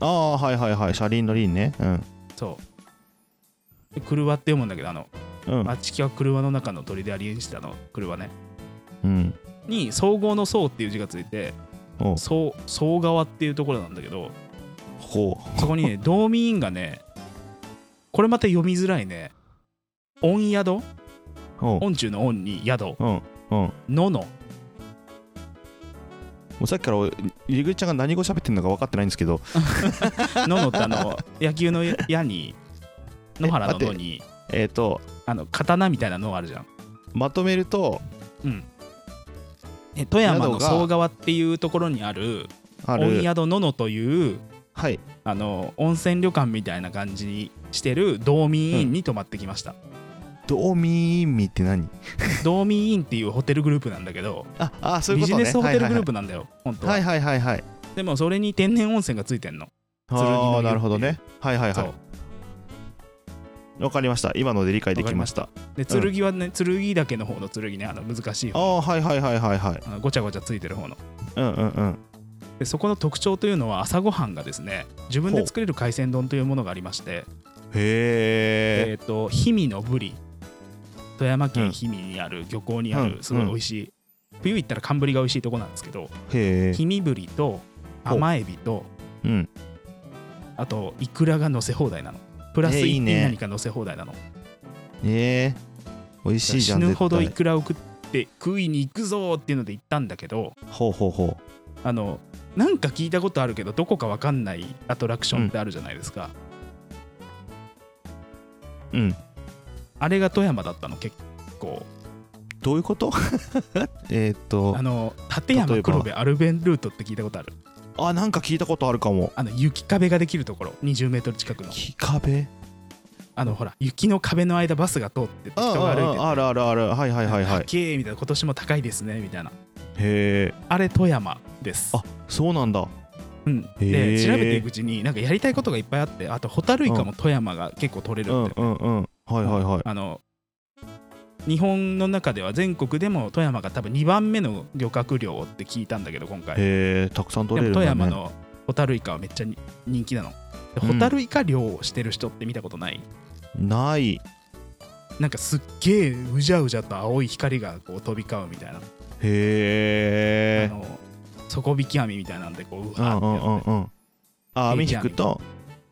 [SPEAKER 2] ああ、はいはいはい、車輪の輪ね。うん。
[SPEAKER 1] そうで車って読むんだけどあの、
[SPEAKER 2] うん
[SPEAKER 1] あ。っちきは車の中の鳥でありんしたの車ね
[SPEAKER 2] うん。
[SPEAKER 1] に総合の総っていう字がついて
[SPEAKER 2] おう
[SPEAKER 1] 総総川っていうところなんだけど
[SPEAKER 2] ほ
[SPEAKER 1] そこに ね道民院がねこれまた読みづらいね御宿
[SPEAKER 2] う。おう。
[SPEAKER 1] 恩中の恩に宿
[SPEAKER 2] うん。うん、も
[SPEAKER 1] のの
[SPEAKER 2] うさっきから俺入口ちゃんが何語喋ってるのか分かってないんですけど
[SPEAKER 1] ののってあ の野球の矢に野原の野に
[SPEAKER 2] えっ、と
[SPEAKER 1] あの刀みたいなのあるじゃん、
[SPEAKER 2] まとめると
[SPEAKER 1] うん、え富山の
[SPEAKER 2] 宿が
[SPEAKER 1] 総川っていうところにある
[SPEAKER 2] あ
[SPEAKER 1] 温
[SPEAKER 2] る
[SPEAKER 1] 宿ののという
[SPEAKER 2] はい
[SPEAKER 1] あの温泉旅館みたいな感じにしてる道民院に泊まってきました、
[SPEAKER 2] ドミーミって何
[SPEAKER 1] 道民院っていうホテルグループなんだけど
[SPEAKER 2] ああそうい
[SPEAKER 1] ビ
[SPEAKER 2] うこ
[SPEAKER 1] ジ
[SPEAKER 2] とね
[SPEAKER 1] ネスホテルグルー
[SPEAKER 2] プ
[SPEAKER 1] プなんだよ、本当は、
[SPEAKER 2] はいはいはいはい
[SPEAKER 1] でもそれに天然温泉がついてんの、剣の湯
[SPEAKER 2] ああーなるほどねはいはい
[SPEAKER 1] そ
[SPEAKER 2] は
[SPEAKER 1] う
[SPEAKER 2] いわかりました今ので理解できました
[SPEAKER 1] わかりましたで剣はね、剣岳の方の剣ねあの難しい
[SPEAKER 2] あ
[SPEAKER 1] 方
[SPEAKER 2] あーはいはいはいはいはい
[SPEAKER 1] あのごちゃごちゃついてる方の
[SPEAKER 2] うんうんうん
[SPEAKER 1] でそこの特徴というのは朝ごはんがですね自分で作れる海鮮丼というものがありまして
[SPEAKER 2] へえ
[SPEAKER 1] えっ、と氷見のブリ富山
[SPEAKER 2] う
[SPEAKER 1] 県
[SPEAKER 2] ん
[SPEAKER 1] 氷見にある漁港にあ
[SPEAKER 2] う
[SPEAKER 1] る
[SPEAKER 2] ん
[SPEAKER 1] すごい美味しい、冬行ったら寒ブリが美味しいとこなんですけど
[SPEAKER 2] へえ
[SPEAKER 1] 氷見ブリと甘エビと
[SPEAKER 2] うん
[SPEAKER 1] あとイクラが乗せ放題なのプラス
[SPEAKER 2] えーいい
[SPEAKER 1] 1
[SPEAKER 2] ね
[SPEAKER 1] 品何か乗せ放題なの、
[SPEAKER 2] へえ美味しいじゃ
[SPEAKER 1] 死
[SPEAKER 2] ん
[SPEAKER 1] ぬ
[SPEAKER 2] 絶
[SPEAKER 1] ほどイ
[SPEAKER 2] 対
[SPEAKER 1] クラを食って食いに行くぞーっていうので行ったんだけど
[SPEAKER 2] ほうほうほう
[SPEAKER 1] あのなんか聞いたことあるけどどこかわかんないアトラクションってあるじゃないですか、
[SPEAKER 2] うん
[SPEAKER 1] あれが富山だったの結構
[SPEAKER 2] どういうこと えーっと
[SPEAKER 1] あの立
[SPEAKER 2] 例
[SPEAKER 1] 山
[SPEAKER 2] えば
[SPEAKER 1] 黒部アルベンルートって聞いたことある
[SPEAKER 2] あなんか聞いたことあるかも
[SPEAKER 1] あの雪壁ができるところ2 0ル近くの
[SPEAKER 2] 木壁
[SPEAKER 1] あのほら雪の壁の間バスが通ってて人が
[SPEAKER 2] あ
[SPEAKER 1] 歩いてて
[SPEAKER 2] ああるあるあるはいはいはいは
[SPEAKER 1] 高
[SPEAKER 2] いへ
[SPEAKER 1] えみたいな今年も高いですねみたいな
[SPEAKER 2] え
[SPEAKER 1] あれ富山です
[SPEAKER 2] あそうなんだ
[SPEAKER 1] うん、
[SPEAKER 2] へ
[SPEAKER 1] で
[SPEAKER 2] え
[SPEAKER 1] 調べていくうちになんかやりたいことがいっぱいあってあとホタルイカも富山が結構取れ
[SPEAKER 2] う
[SPEAKER 1] る
[SPEAKER 2] ん
[SPEAKER 1] んで、
[SPEAKER 2] うんうんはいはいはい
[SPEAKER 1] あの日本の中では全国でも富山が多分2番目の漁獲量って聞いたんだけど今回
[SPEAKER 2] へえたくさん取
[SPEAKER 1] で
[SPEAKER 2] れ
[SPEAKER 1] も
[SPEAKER 2] るんだ
[SPEAKER 1] 富
[SPEAKER 2] ね
[SPEAKER 1] 山のホタルイカはめっちゃに人気なので
[SPEAKER 2] う
[SPEAKER 1] ホ
[SPEAKER 2] ん
[SPEAKER 1] タルイカ漁をしてる人って見たことない、
[SPEAKER 2] ない
[SPEAKER 1] なんかすっげえうじゃうじゃと青い光がこう飛び交うみたいな、
[SPEAKER 2] へえ
[SPEAKER 1] あの底引き網みたいなんでこうう
[SPEAKER 2] う
[SPEAKER 1] わー
[SPEAKER 2] ん
[SPEAKER 1] っ
[SPEAKER 2] う
[SPEAKER 1] てやっ
[SPEAKER 2] ん
[SPEAKER 1] て、
[SPEAKER 2] うんうんあ網引くと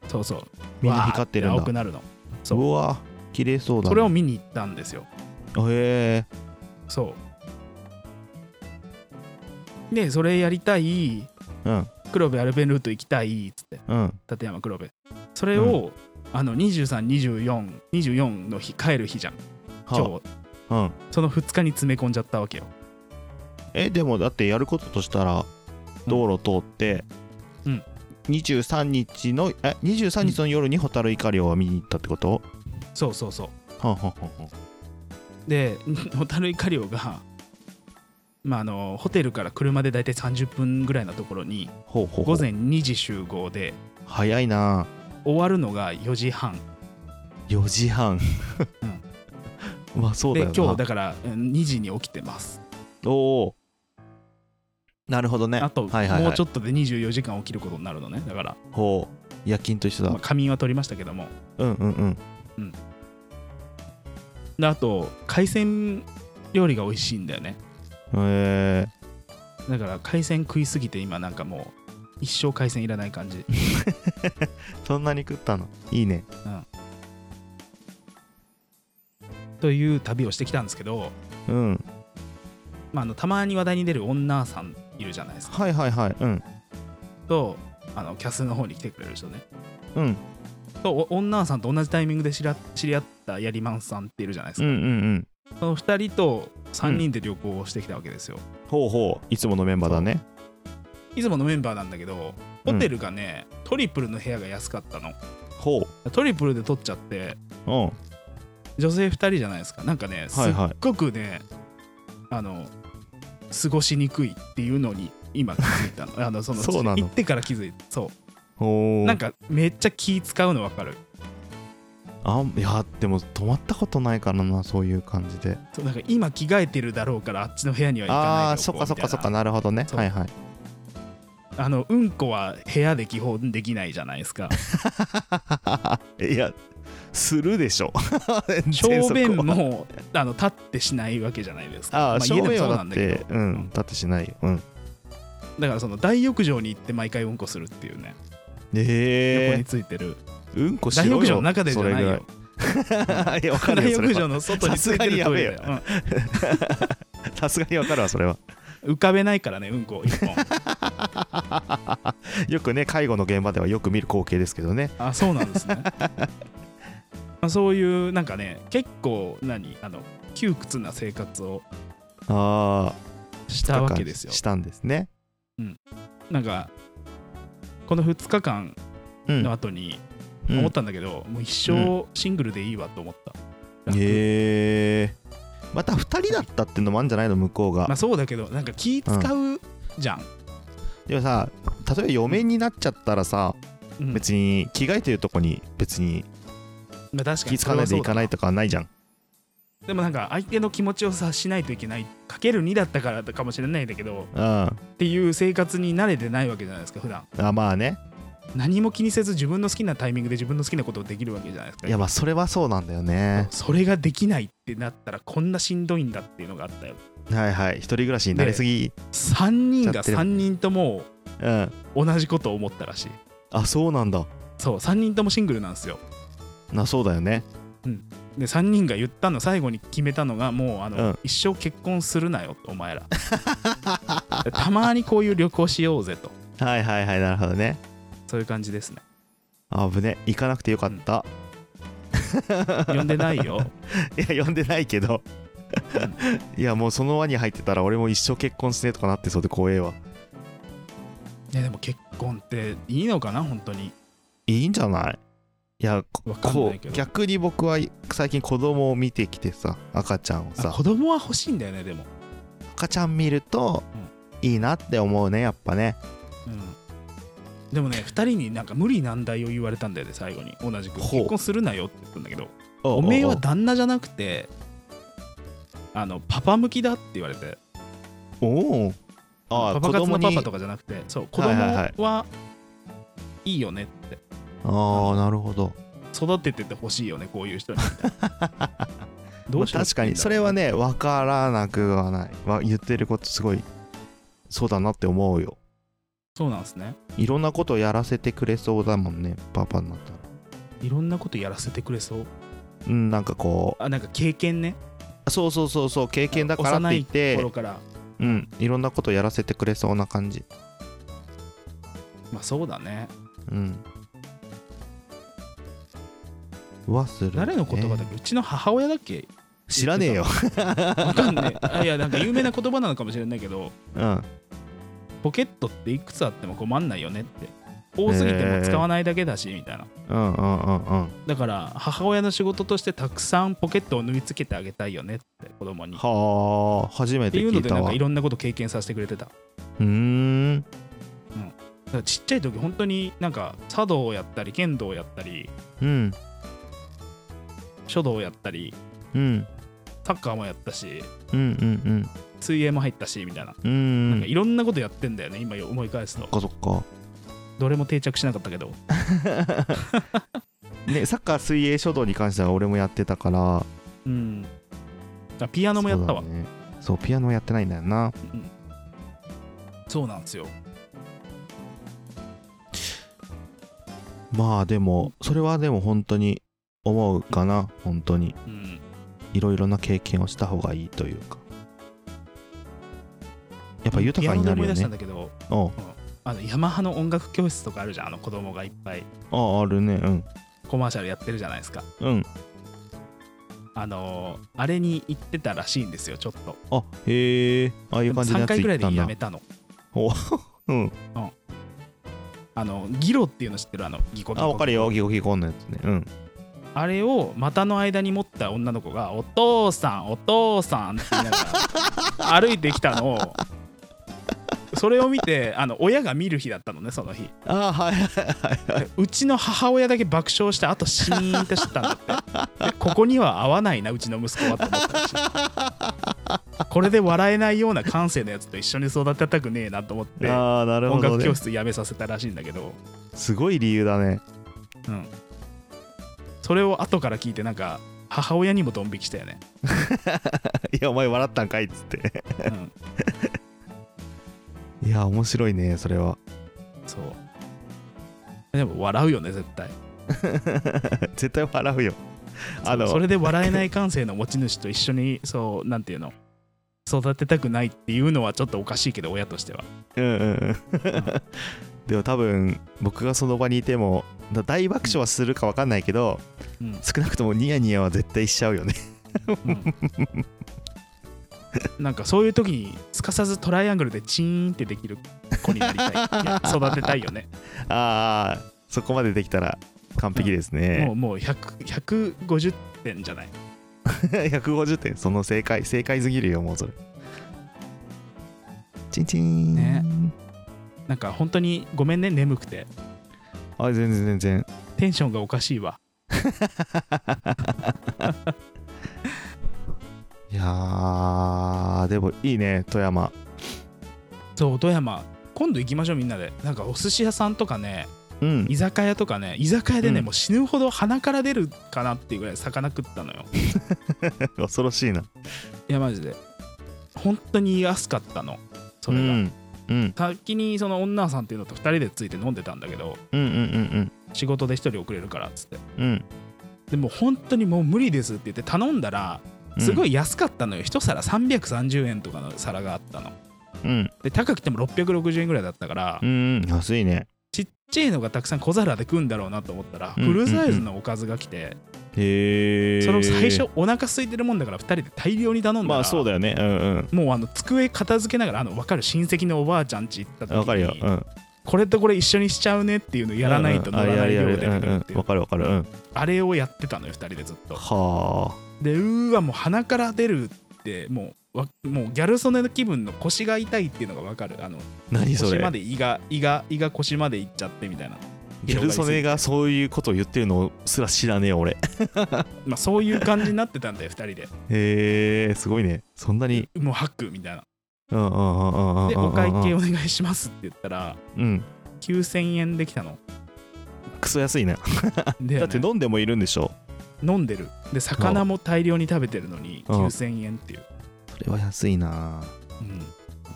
[SPEAKER 1] そうそう
[SPEAKER 2] みんな光ってるんだ
[SPEAKER 1] わー青くなるのそう
[SPEAKER 2] うわ綺麗そうだ
[SPEAKER 1] それを
[SPEAKER 2] ね
[SPEAKER 1] 見に行ったんですよ
[SPEAKER 2] へえ
[SPEAKER 1] そうでそれやりたい
[SPEAKER 2] うん
[SPEAKER 1] 黒部アルペンルート行きたいっつって
[SPEAKER 2] うん
[SPEAKER 1] 立山黒部それを、あの232424の日帰る日じゃん今日
[SPEAKER 2] 日うん
[SPEAKER 1] その2日に詰め込んじゃったわけよ
[SPEAKER 2] えでもだってやることとしたら道路通って、
[SPEAKER 1] うん
[SPEAKER 2] 23日のえ23日の夜にホタルイカ漁を見に行ったってこと、
[SPEAKER 1] そうそうそう
[SPEAKER 2] はんはんはんはん
[SPEAKER 1] で ホタルイカ漁がまああのホテルから車で大体30分ぐらいのところに
[SPEAKER 2] ほうほうほ
[SPEAKER 1] 午
[SPEAKER 2] う
[SPEAKER 1] 前2時集合で
[SPEAKER 2] 早いな
[SPEAKER 1] 終わるのが4時半
[SPEAKER 2] 4時半、 まあそう
[SPEAKER 1] で
[SPEAKER 2] だよな
[SPEAKER 1] 今日だからうん2時に起きてます
[SPEAKER 2] おおなるほどね
[SPEAKER 1] あと、
[SPEAKER 2] はいはいはい、
[SPEAKER 1] もうちょ
[SPEAKER 2] ょっ
[SPEAKER 1] っとで24時間起きることになるのねだから、
[SPEAKER 2] とほう夜勤と一緒だ、
[SPEAKER 1] まあ、仮眠は取りましたけども
[SPEAKER 2] うんうんうん
[SPEAKER 1] であと海鮮料理が美味しいんだよね
[SPEAKER 2] え
[SPEAKER 1] だから海鮮食いすぎて今なんかもう一生海鮮いらない感じ
[SPEAKER 2] ー、そんなに食ったのいいね
[SPEAKER 1] という旅をしてきたんですけど、
[SPEAKER 2] うん
[SPEAKER 1] まあ、あのたまに話題に出る女さんいるじゃないですか
[SPEAKER 2] はいはいはいうん
[SPEAKER 1] とあのキャスの方に来てくれる人ね
[SPEAKER 2] うん
[SPEAKER 1] とお女さんと同じタイミングで知ら知り合ったやりまんさんっているじゃないです
[SPEAKER 2] うんう
[SPEAKER 1] か、
[SPEAKER 2] んうん
[SPEAKER 1] その2人と3人で旅行をしてきたわけですよ、
[SPEAKER 2] ほうほういつものメンバーだね
[SPEAKER 1] いつものメンバーなんだけどホテルがね、トリプルの部屋が安かったの
[SPEAKER 2] ほう
[SPEAKER 1] トリプルで取っちゃって
[SPEAKER 2] うん
[SPEAKER 1] 女性2人じゃないですかなんかねす
[SPEAKER 2] はいはい
[SPEAKER 1] っごくね、あの過ごしにくいっていうのに今気づいた のあのその
[SPEAKER 2] そうなの
[SPEAKER 1] 行ってから気づいたそ
[SPEAKER 2] ほ
[SPEAKER 1] う
[SPEAKER 2] う
[SPEAKER 1] なんかめっちゃ気使うの分かる
[SPEAKER 2] あんいやでも泊まったことないからなそういう感じで
[SPEAKER 1] そうなんか今着替えてるだろうからあっちの部屋には行かない
[SPEAKER 2] ああー
[SPEAKER 1] で
[SPEAKER 2] そ
[SPEAKER 1] おこ
[SPEAKER 2] っ
[SPEAKER 1] う
[SPEAKER 2] かそっかそっか
[SPEAKER 1] み
[SPEAKER 2] なるほどね
[SPEAKER 1] そう
[SPEAKER 2] はいはい
[SPEAKER 1] たいなあのうんこは部屋で基本できないじゃないで すか
[SPEAKER 2] いやするでし ょ
[SPEAKER 1] 小便もあの立ってしないわけじゃないですか
[SPEAKER 2] ああ、
[SPEAKER 1] ま
[SPEAKER 2] 正
[SPEAKER 1] 家で
[SPEAKER 2] 面
[SPEAKER 1] もそう
[SPEAKER 2] は
[SPEAKER 1] な
[SPEAKER 2] だ
[SPEAKER 1] ん
[SPEAKER 2] っ
[SPEAKER 1] だけど
[SPEAKER 2] てうん立ってしないようん
[SPEAKER 1] だからその大浴場に行って毎回うんこするっていうね、横
[SPEAKER 2] え
[SPEAKER 1] について る
[SPEAKER 2] えうんこしろ
[SPEAKER 1] 大
[SPEAKER 2] よ
[SPEAKER 1] 浴場の中でじゃないよ
[SPEAKER 2] それぐ らいいやわかる
[SPEAKER 1] 大
[SPEAKER 2] よそれ
[SPEAKER 1] 浴
[SPEAKER 2] は
[SPEAKER 1] 場の外についてるトイレだ
[SPEAKER 2] さすがにやべ
[SPEAKER 1] よ、
[SPEAKER 2] さすがにわかるわそれは
[SPEAKER 1] うん浮かべないからねうんこ一 本
[SPEAKER 2] よくね介護の現場ではよく見る光景ですけどね
[SPEAKER 1] あそうなんですねまあ そういうなんかね結構何あの窮屈な生活を
[SPEAKER 2] ああ
[SPEAKER 1] したわけですよ
[SPEAKER 2] したんですね
[SPEAKER 1] なんかこの2日間
[SPEAKER 2] うん
[SPEAKER 1] の後に
[SPEAKER 2] うん
[SPEAKER 1] 思ったんだけど、もう一生シングルでいいわと思った、楽
[SPEAKER 2] へえまた2人だったってのもあるんじゃないの向こうが
[SPEAKER 1] まあそうだけどなんか気使うじゃん、
[SPEAKER 2] でもさ例えば嫁になっちゃったらさ、
[SPEAKER 1] うん
[SPEAKER 2] 別に着替えてるとこに別に
[SPEAKER 1] まあ確か
[SPEAKER 2] 気
[SPEAKER 1] に
[SPEAKER 2] 付かないでいかな
[SPEAKER 1] それはそうだ
[SPEAKER 2] いとかはないじゃん
[SPEAKER 1] でもなんか相手の気持ちを察しないといけないかける2だったからかもしれないんだけど
[SPEAKER 2] うんあ
[SPEAKER 1] っていう生活に慣れてないわけじゃないですか普段
[SPEAKER 2] まあね
[SPEAKER 1] 何も気にせず自分の好きなタイミングで自分の好きなことをできるわけじゃないですか
[SPEAKER 2] いやまあそれはそうなんだよね
[SPEAKER 1] それができないってなったらこんなしんどいんだっていうのがあったよ
[SPEAKER 2] はいはい一人暮らしになりすぎ
[SPEAKER 1] 3人
[SPEAKER 2] や
[SPEAKER 1] が
[SPEAKER 2] ってる
[SPEAKER 1] 3人とも
[SPEAKER 2] うん
[SPEAKER 1] 同じことを思ったらしい
[SPEAKER 2] あそうなんだ
[SPEAKER 1] そう3人ともシングルなんですよ
[SPEAKER 2] なそうだよね
[SPEAKER 1] で3人が言ったの最後に決めたのがもうあの、
[SPEAKER 2] うん
[SPEAKER 1] 一生結婚するなよお前ら たまにこういう旅行しようぜと
[SPEAKER 2] はいはいはいなるほどね
[SPEAKER 1] そういう感じですね
[SPEAKER 2] あぶね行かなくてよかった、
[SPEAKER 1] 呼んでない よ
[SPEAKER 2] いや呼んでないけど いやもうその輪に入ってたら俺も一生結婚してとかなってそうで怖えわ
[SPEAKER 1] ねでも結婚っていいのかな本当に
[SPEAKER 2] いいんじゃないいやこ
[SPEAKER 1] わかんないけど
[SPEAKER 2] こう逆に僕は最近子供を見てきてさ赤ちゃんを
[SPEAKER 1] あ
[SPEAKER 2] さ
[SPEAKER 1] 子供は欲しいんだよねでも、
[SPEAKER 2] 赤ちゃん見るといいなって思うねやっぱね
[SPEAKER 1] うん、でもね2人になんか無理難題を言われたんだよね最後に同じく
[SPEAKER 2] ほう
[SPEAKER 1] 結婚するなよって言ったんだけど
[SPEAKER 2] お
[SPEAKER 1] おめえは旦那じゃなくてあのパパ向きだって言われて
[SPEAKER 2] おおあ
[SPEAKER 1] パ
[SPEAKER 2] あ子
[SPEAKER 1] パ活の
[SPEAKER 2] 供に
[SPEAKER 1] パパとかじゃなくてそう子供
[SPEAKER 2] はいはいはい
[SPEAKER 1] はいいよねって
[SPEAKER 2] ああなるほど
[SPEAKER 1] 育てててほしいよねこういう 人にみたいなどうしよ
[SPEAKER 2] ま
[SPEAKER 1] う
[SPEAKER 2] あ確かにそれはね分からなくはない、わ言ってることすごいそうだなって思うよ
[SPEAKER 1] そうなんですね
[SPEAKER 2] いろんなことをやらせてくれそうだもんねパパになったら
[SPEAKER 1] いろんなことやらせてくれそう
[SPEAKER 2] うんなんかこ
[SPEAKER 1] あなんか経験ね
[SPEAKER 2] うそうそうそうそう経験だからって言って
[SPEAKER 1] 幼い頃から
[SPEAKER 2] うんいろんなことやらせてくれそうな感じ
[SPEAKER 1] まあそうだね
[SPEAKER 2] うんはする、ね、
[SPEAKER 1] 誰の言葉だっけうちの母親だっけ
[SPEAKER 2] 知らねえよ
[SPEAKER 1] わかんねえあいやなんか有名な言葉なのかもしれないけど
[SPEAKER 2] うん
[SPEAKER 1] ポケットっていくつあっても困んないよねって多すぎても使わないだけだしみたいな
[SPEAKER 2] うんうんうんうん
[SPEAKER 1] だから母親の仕事としてたくさんポケットを縫い付けてあげたいよねって子供にっ
[SPEAKER 2] はあ初め
[SPEAKER 1] て
[SPEAKER 2] て
[SPEAKER 1] いう
[SPEAKER 2] 聞
[SPEAKER 1] の
[SPEAKER 2] い
[SPEAKER 1] で
[SPEAKER 2] た
[SPEAKER 1] なん
[SPEAKER 2] わ
[SPEAKER 1] かいろんなこと経験させてくれてただか
[SPEAKER 2] うーん
[SPEAKER 1] らちっちゃい時本当になんか茶道をやったり剣道をやったり
[SPEAKER 2] うん
[SPEAKER 1] 書道をやったり
[SPEAKER 2] うん
[SPEAKER 1] サッカーもやったし
[SPEAKER 2] うんうん
[SPEAKER 1] 水泳も入ったしみたいな
[SPEAKER 2] うんうん
[SPEAKER 1] なんかいろんなことやってんだよね今思い返すと
[SPEAKER 2] そっかそっ
[SPEAKER 1] どれも定着しなかったけど
[SPEAKER 2] かねサッカー水泳書道に関しては俺もやってたから
[SPEAKER 1] うんあピアノもやったわ
[SPEAKER 2] そう,、ね、そうピアノやってないんだよな
[SPEAKER 1] そうなんですよ
[SPEAKER 2] まあでもそれはでも本当に思うかな本当に
[SPEAKER 1] うん
[SPEAKER 2] いろいろな経験をした方がいいというかやっぱ豊かになる
[SPEAKER 1] ピアノで思
[SPEAKER 2] よね
[SPEAKER 1] い出したんだけど
[SPEAKER 2] おう
[SPEAKER 1] あのヤマハの音楽教室とかあるじゃんあの子供がいっぱい
[SPEAKER 2] あああるねうん
[SPEAKER 1] コマーシャルやってるじゃないですか
[SPEAKER 2] うん
[SPEAKER 1] あのーあれに行ってたらしいんですよちょっと
[SPEAKER 2] あへえああいう感じの
[SPEAKER 1] 3
[SPEAKER 2] やつ
[SPEAKER 1] 回ぐら
[SPEAKER 2] 行
[SPEAKER 1] いで
[SPEAKER 2] ったん
[SPEAKER 1] や
[SPEAKER 2] だ
[SPEAKER 1] めたの
[SPEAKER 2] うん
[SPEAKER 1] あのギロっていうの知ってるあのギコギコ
[SPEAKER 2] あわかるよギコギコのやつねうん
[SPEAKER 1] あれを股の間に持った女の子が「お父さんお父さん」って言いながら歩いてきたのをそれを見てあの親が見る日だったのねその日
[SPEAKER 2] ああはいはいはいはいう
[SPEAKER 1] ちの母親だけ爆笑してあとシーンとしてたんだってでここには合わないなうちの息子はと思ったらしいこれで笑えないような感性のやつと一緒に育てたくねえなと思って
[SPEAKER 2] あ あなるほ
[SPEAKER 1] 音
[SPEAKER 2] ど、
[SPEAKER 1] 楽
[SPEAKER 2] ね
[SPEAKER 1] 教、室辞めさせたらしいんだけど、
[SPEAKER 2] すごい理由だね
[SPEAKER 1] うん、それを後から聞いてなんか母親にもドン引きしたよね、
[SPEAKER 2] いやお前笑ったんかいっつって
[SPEAKER 1] うん、
[SPEAKER 2] いや 面白いねそれは
[SPEAKER 1] そうでも笑うよね絶対
[SPEAKER 2] 絶対笑うよあの
[SPEAKER 1] それで笑えない感性の持ち主と一緒にそうなんていうの育てたくないっていうのはちょっとおかしいけど親としては
[SPEAKER 2] うんうんうんでも多分僕がその場にいてもだ大爆笑はするか分かんないけど、
[SPEAKER 1] うん
[SPEAKER 2] 少なくともニヤニヤは絶対しちゃうよね
[SPEAKER 1] なんかそういう時にすかさずトライアングルでチーンってできる子になりたいいや育てたいよ ね、
[SPEAKER 2] ああそこまでできたら完璧ですね
[SPEAKER 1] も、うもう100 150点じゃない
[SPEAKER 2] 150点その正解正解すぎるよもうそれチンチン
[SPEAKER 1] ねなんか本当にごめんね眠くて
[SPEAKER 2] あ全然全然
[SPEAKER 1] テンションがおかしいわ
[SPEAKER 2] いやーでもいいね富山
[SPEAKER 1] そう富山今度行きましょうみんなでなんかお寿司屋さんとかね
[SPEAKER 2] うん
[SPEAKER 1] 居酒屋とかね居酒屋でね、
[SPEAKER 2] うん
[SPEAKER 1] もう死ぬほど鼻から出るかなっていうぐらい魚食ったのよ
[SPEAKER 2] 恐ろしいない
[SPEAKER 1] やマジで本当に安かったのそれが、
[SPEAKER 2] うん、うん
[SPEAKER 1] 先にその女さんっていうのと2人でついて飲んでたんだけど
[SPEAKER 2] うんうんうん
[SPEAKER 1] 仕事で1人遅れるからっつって
[SPEAKER 2] うんうん
[SPEAKER 1] でも本当にもう無理ですって言って頼んだらすご
[SPEAKER 2] い、
[SPEAKER 1] い安かったのよ、一皿330円とかの皿があったの
[SPEAKER 2] うん
[SPEAKER 1] で高くても660円ぐらいだったから、
[SPEAKER 2] うん、安いね
[SPEAKER 1] ちっちゃいのがたくさん小皿で食うんだろうなと思ったら、
[SPEAKER 2] うんうんうん
[SPEAKER 1] フルサイズのおかずが来て、
[SPEAKER 2] へえ
[SPEAKER 1] それを最初お腹空いてるもんだから2人で大量に頼んだら、
[SPEAKER 2] まあそうだよねうんうん
[SPEAKER 1] もうあの机片付けながらあの分かる親戚のおばあちゃんち行った時
[SPEAKER 2] わかるよ、
[SPEAKER 1] に、
[SPEAKER 2] うん、
[SPEAKER 1] これとこれ一緒にしちゃうねっていうのやらないと乗らないようで
[SPEAKER 2] うん
[SPEAKER 1] なく
[SPEAKER 2] うんあれあれあれうん
[SPEAKER 1] な
[SPEAKER 2] う
[SPEAKER 1] るっ
[SPEAKER 2] ん
[SPEAKER 1] ていう
[SPEAKER 2] わかるわかるうん
[SPEAKER 1] あれをやってたのよ2人でずっと
[SPEAKER 2] は
[SPEAKER 1] でうーわもう鼻から出るってもうわもうギャル曽根の気分の腰が痛いっていうのが分かるあの
[SPEAKER 2] あ何そ
[SPEAKER 1] 腰まで
[SPEAKER 2] れ
[SPEAKER 1] 胃が胃が胃が腰までいっちゃってみたいな
[SPEAKER 2] ギャル曽根がそういうことを言ってるのすら知らねえ俺
[SPEAKER 1] まあ、そういう感じになってたんだよ2人で
[SPEAKER 2] へえすごいねそんなに
[SPEAKER 1] もうハックみたいな
[SPEAKER 2] うんうんうんうんうんうん
[SPEAKER 1] でお会計お願いしますって言ったら
[SPEAKER 2] うん
[SPEAKER 1] 9000円できたの
[SPEAKER 2] クソ安いな
[SPEAKER 1] で、
[SPEAKER 2] だって飲んでもいるんでしょ
[SPEAKER 1] 飲んでるで魚も大量に食べてるのに
[SPEAKER 2] うん
[SPEAKER 1] 9000円っていう、
[SPEAKER 2] それは安いな
[SPEAKER 1] うん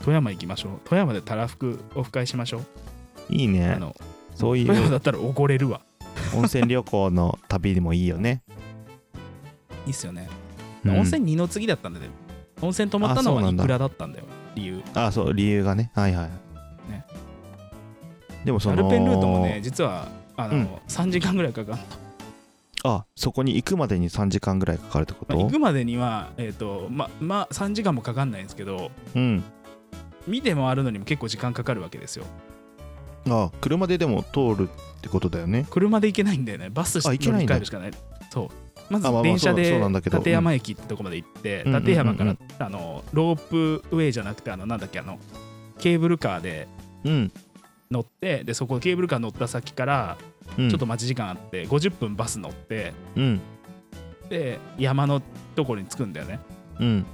[SPEAKER 1] 富山行きましょう富山でたらふくオフ会しましょう
[SPEAKER 2] いい
[SPEAKER 1] あ
[SPEAKER 2] ね
[SPEAKER 1] の
[SPEAKER 2] そうい
[SPEAKER 1] 富山
[SPEAKER 2] う
[SPEAKER 1] だったらおごれるわ
[SPEAKER 2] 温泉旅行の旅でもいいよね
[SPEAKER 1] いいっすよね、
[SPEAKER 2] うん
[SPEAKER 1] 温泉二の次だったんだよ温泉泊まったの
[SPEAKER 2] あそう
[SPEAKER 1] は
[SPEAKER 2] ないんだ
[SPEAKER 1] くらだったんだよ理由
[SPEAKER 2] あそう理由がねはいはい
[SPEAKER 1] ね
[SPEAKER 2] でもそ
[SPEAKER 1] ア
[SPEAKER 2] の
[SPEAKER 1] ルペンルートもね実はあの、
[SPEAKER 2] うん
[SPEAKER 1] 3時間ぐらいかかる
[SPEAKER 2] あそこに行くまでに3時間ぐらいかかるってこ
[SPEAKER 1] ま
[SPEAKER 2] と、
[SPEAKER 1] あ行くまでにはえっ、とままあ3時間もかかんないんですけど
[SPEAKER 2] うん
[SPEAKER 1] 見て回るのにも結構時間かかるわけですよ
[SPEAKER 2] あ車ででも通るってことだよね
[SPEAKER 1] 車で行けないんだよねバス
[SPEAKER 2] あ行け
[SPEAKER 1] 乗
[SPEAKER 2] な
[SPEAKER 1] り
[SPEAKER 2] いんだ
[SPEAKER 1] 換えるしかないそうま
[SPEAKER 2] あまあま
[SPEAKER 1] ず
[SPEAKER 2] あ
[SPEAKER 1] 電車
[SPEAKER 2] そうそう
[SPEAKER 1] で
[SPEAKER 2] なんだけど
[SPEAKER 1] 立山駅ってとこまで行って
[SPEAKER 2] うん
[SPEAKER 1] 立山か
[SPEAKER 2] う
[SPEAKER 1] ら
[SPEAKER 2] ん
[SPEAKER 1] あのロープウェイじゃなくてあのなんだっけあのケーブルカーで
[SPEAKER 2] うん、
[SPEAKER 1] 乗ってでそこケーブルカー乗った先から
[SPEAKER 2] うん、
[SPEAKER 1] ちょっと待ち時間あって50分バス乗って
[SPEAKER 2] うん
[SPEAKER 1] で山のところに着くんだよね
[SPEAKER 2] うん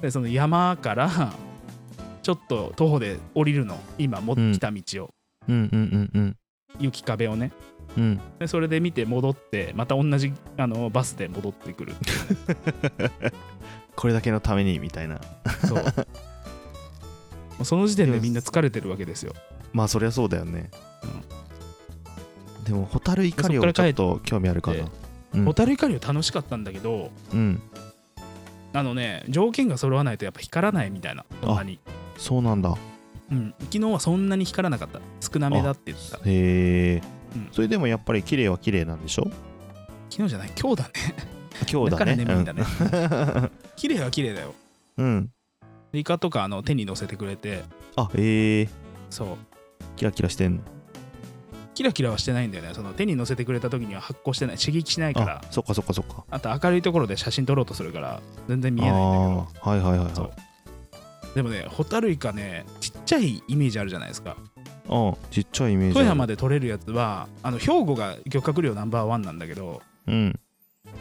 [SPEAKER 1] でその山からちょっと徒歩で降りるの今も来た道を
[SPEAKER 2] うんうんうん
[SPEAKER 1] 雪壁をね
[SPEAKER 2] うんうん
[SPEAKER 1] でそれで見て戻ってまた同じあのバスで戻ってくるっていうね
[SPEAKER 2] これだけのためにみたいな
[SPEAKER 1] そうもうその時点でみんな疲れてるわけですよ
[SPEAKER 2] まあそりゃそうだよね、でもホタルイカリ
[SPEAKER 1] そ
[SPEAKER 2] オ
[SPEAKER 1] っ
[SPEAKER 2] ち
[SPEAKER 1] か
[SPEAKER 2] ょ
[SPEAKER 1] ら
[SPEAKER 2] っ
[SPEAKER 1] 帰
[SPEAKER 2] と興味あるかな
[SPEAKER 1] でホタルイカリオ楽しかったんだけど
[SPEAKER 2] うん
[SPEAKER 1] あのね条件が揃わないとやっぱ光らないみたいなそんなに、
[SPEAKER 2] そうなんだ
[SPEAKER 1] うん、昨日はそんなに光らなかった少なめだって言ってた昨
[SPEAKER 2] へえ、
[SPEAKER 1] うん
[SPEAKER 2] それでもやっぱり綺麗は綺麗なんでしょ
[SPEAKER 1] 日じゃない今日だね
[SPEAKER 2] 今
[SPEAKER 1] だ
[SPEAKER 2] 日だ
[SPEAKER 1] から
[SPEAKER 2] ね
[SPEAKER 1] ねみんなね綺麗は綺麗だよ
[SPEAKER 2] うん、うん、
[SPEAKER 1] イカとかあの手に乗せてくれて
[SPEAKER 2] あへえ
[SPEAKER 1] そう
[SPEAKER 2] キラキラしてんの
[SPEAKER 1] キラキラはしてないんだよねその手に乗せてくれた時には発光してない刺激しないから
[SPEAKER 2] あそっかそっかそっか
[SPEAKER 1] あと明るいところで写真撮ろうとするから全然見えないんだけど
[SPEAKER 2] ああーはいはいはい
[SPEAKER 1] そう
[SPEAKER 2] は
[SPEAKER 1] でもねホタルイカねちっちゃいイメージあるじゃないですか
[SPEAKER 2] いうんちっちゃいイメージあ
[SPEAKER 1] 富
[SPEAKER 2] る
[SPEAKER 1] 山で取れるやつはあの兵庫が漁獲量ナンバーワンなんだけど
[SPEAKER 2] うん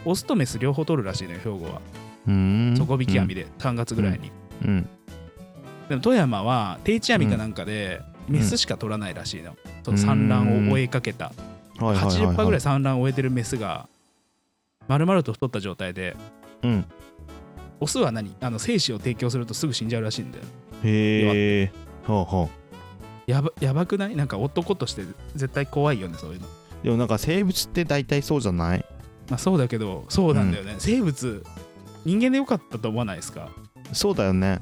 [SPEAKER 1] オスとメス両方取るらしいのよ兵庫は
[SPEAKER 2] うーん
[SPEAKER 1] 底引き網で3月ぐらいに、
[SPEAKER 2] うん、うん
[SPEAKER 1] でも富山は定置網かなんかでメスしか取らないらしいの,、その産
[SPEAKER 2] う
[SPEAKER 1] 卵
[SPEAKER 2] ん
[SPEAKER 1] を終えかけた
[SPEAKER 2] はいはいはい、はい、
[SPEAKER 1] 80%ぐらい産卵を終えてるメスが丸々と太った状態で
[SPEAKER 2] うん
[SPEAKER 1] オスは何あの精子を提供するとすぐ死んじゃうらしいんだよ
[SPEAKER 2] へえほうほ
[SPEAKER 1] やばやばくないなんか男として絶対怖いよねそういうの、
[SPEAKER 2] うでもなんか生物って大体そうじゃない
[SPEAKER 1] まあ、そうだけどそうなんだよね、生物人間でよかったと思わないですか
[SPEAKER 2] そうだよね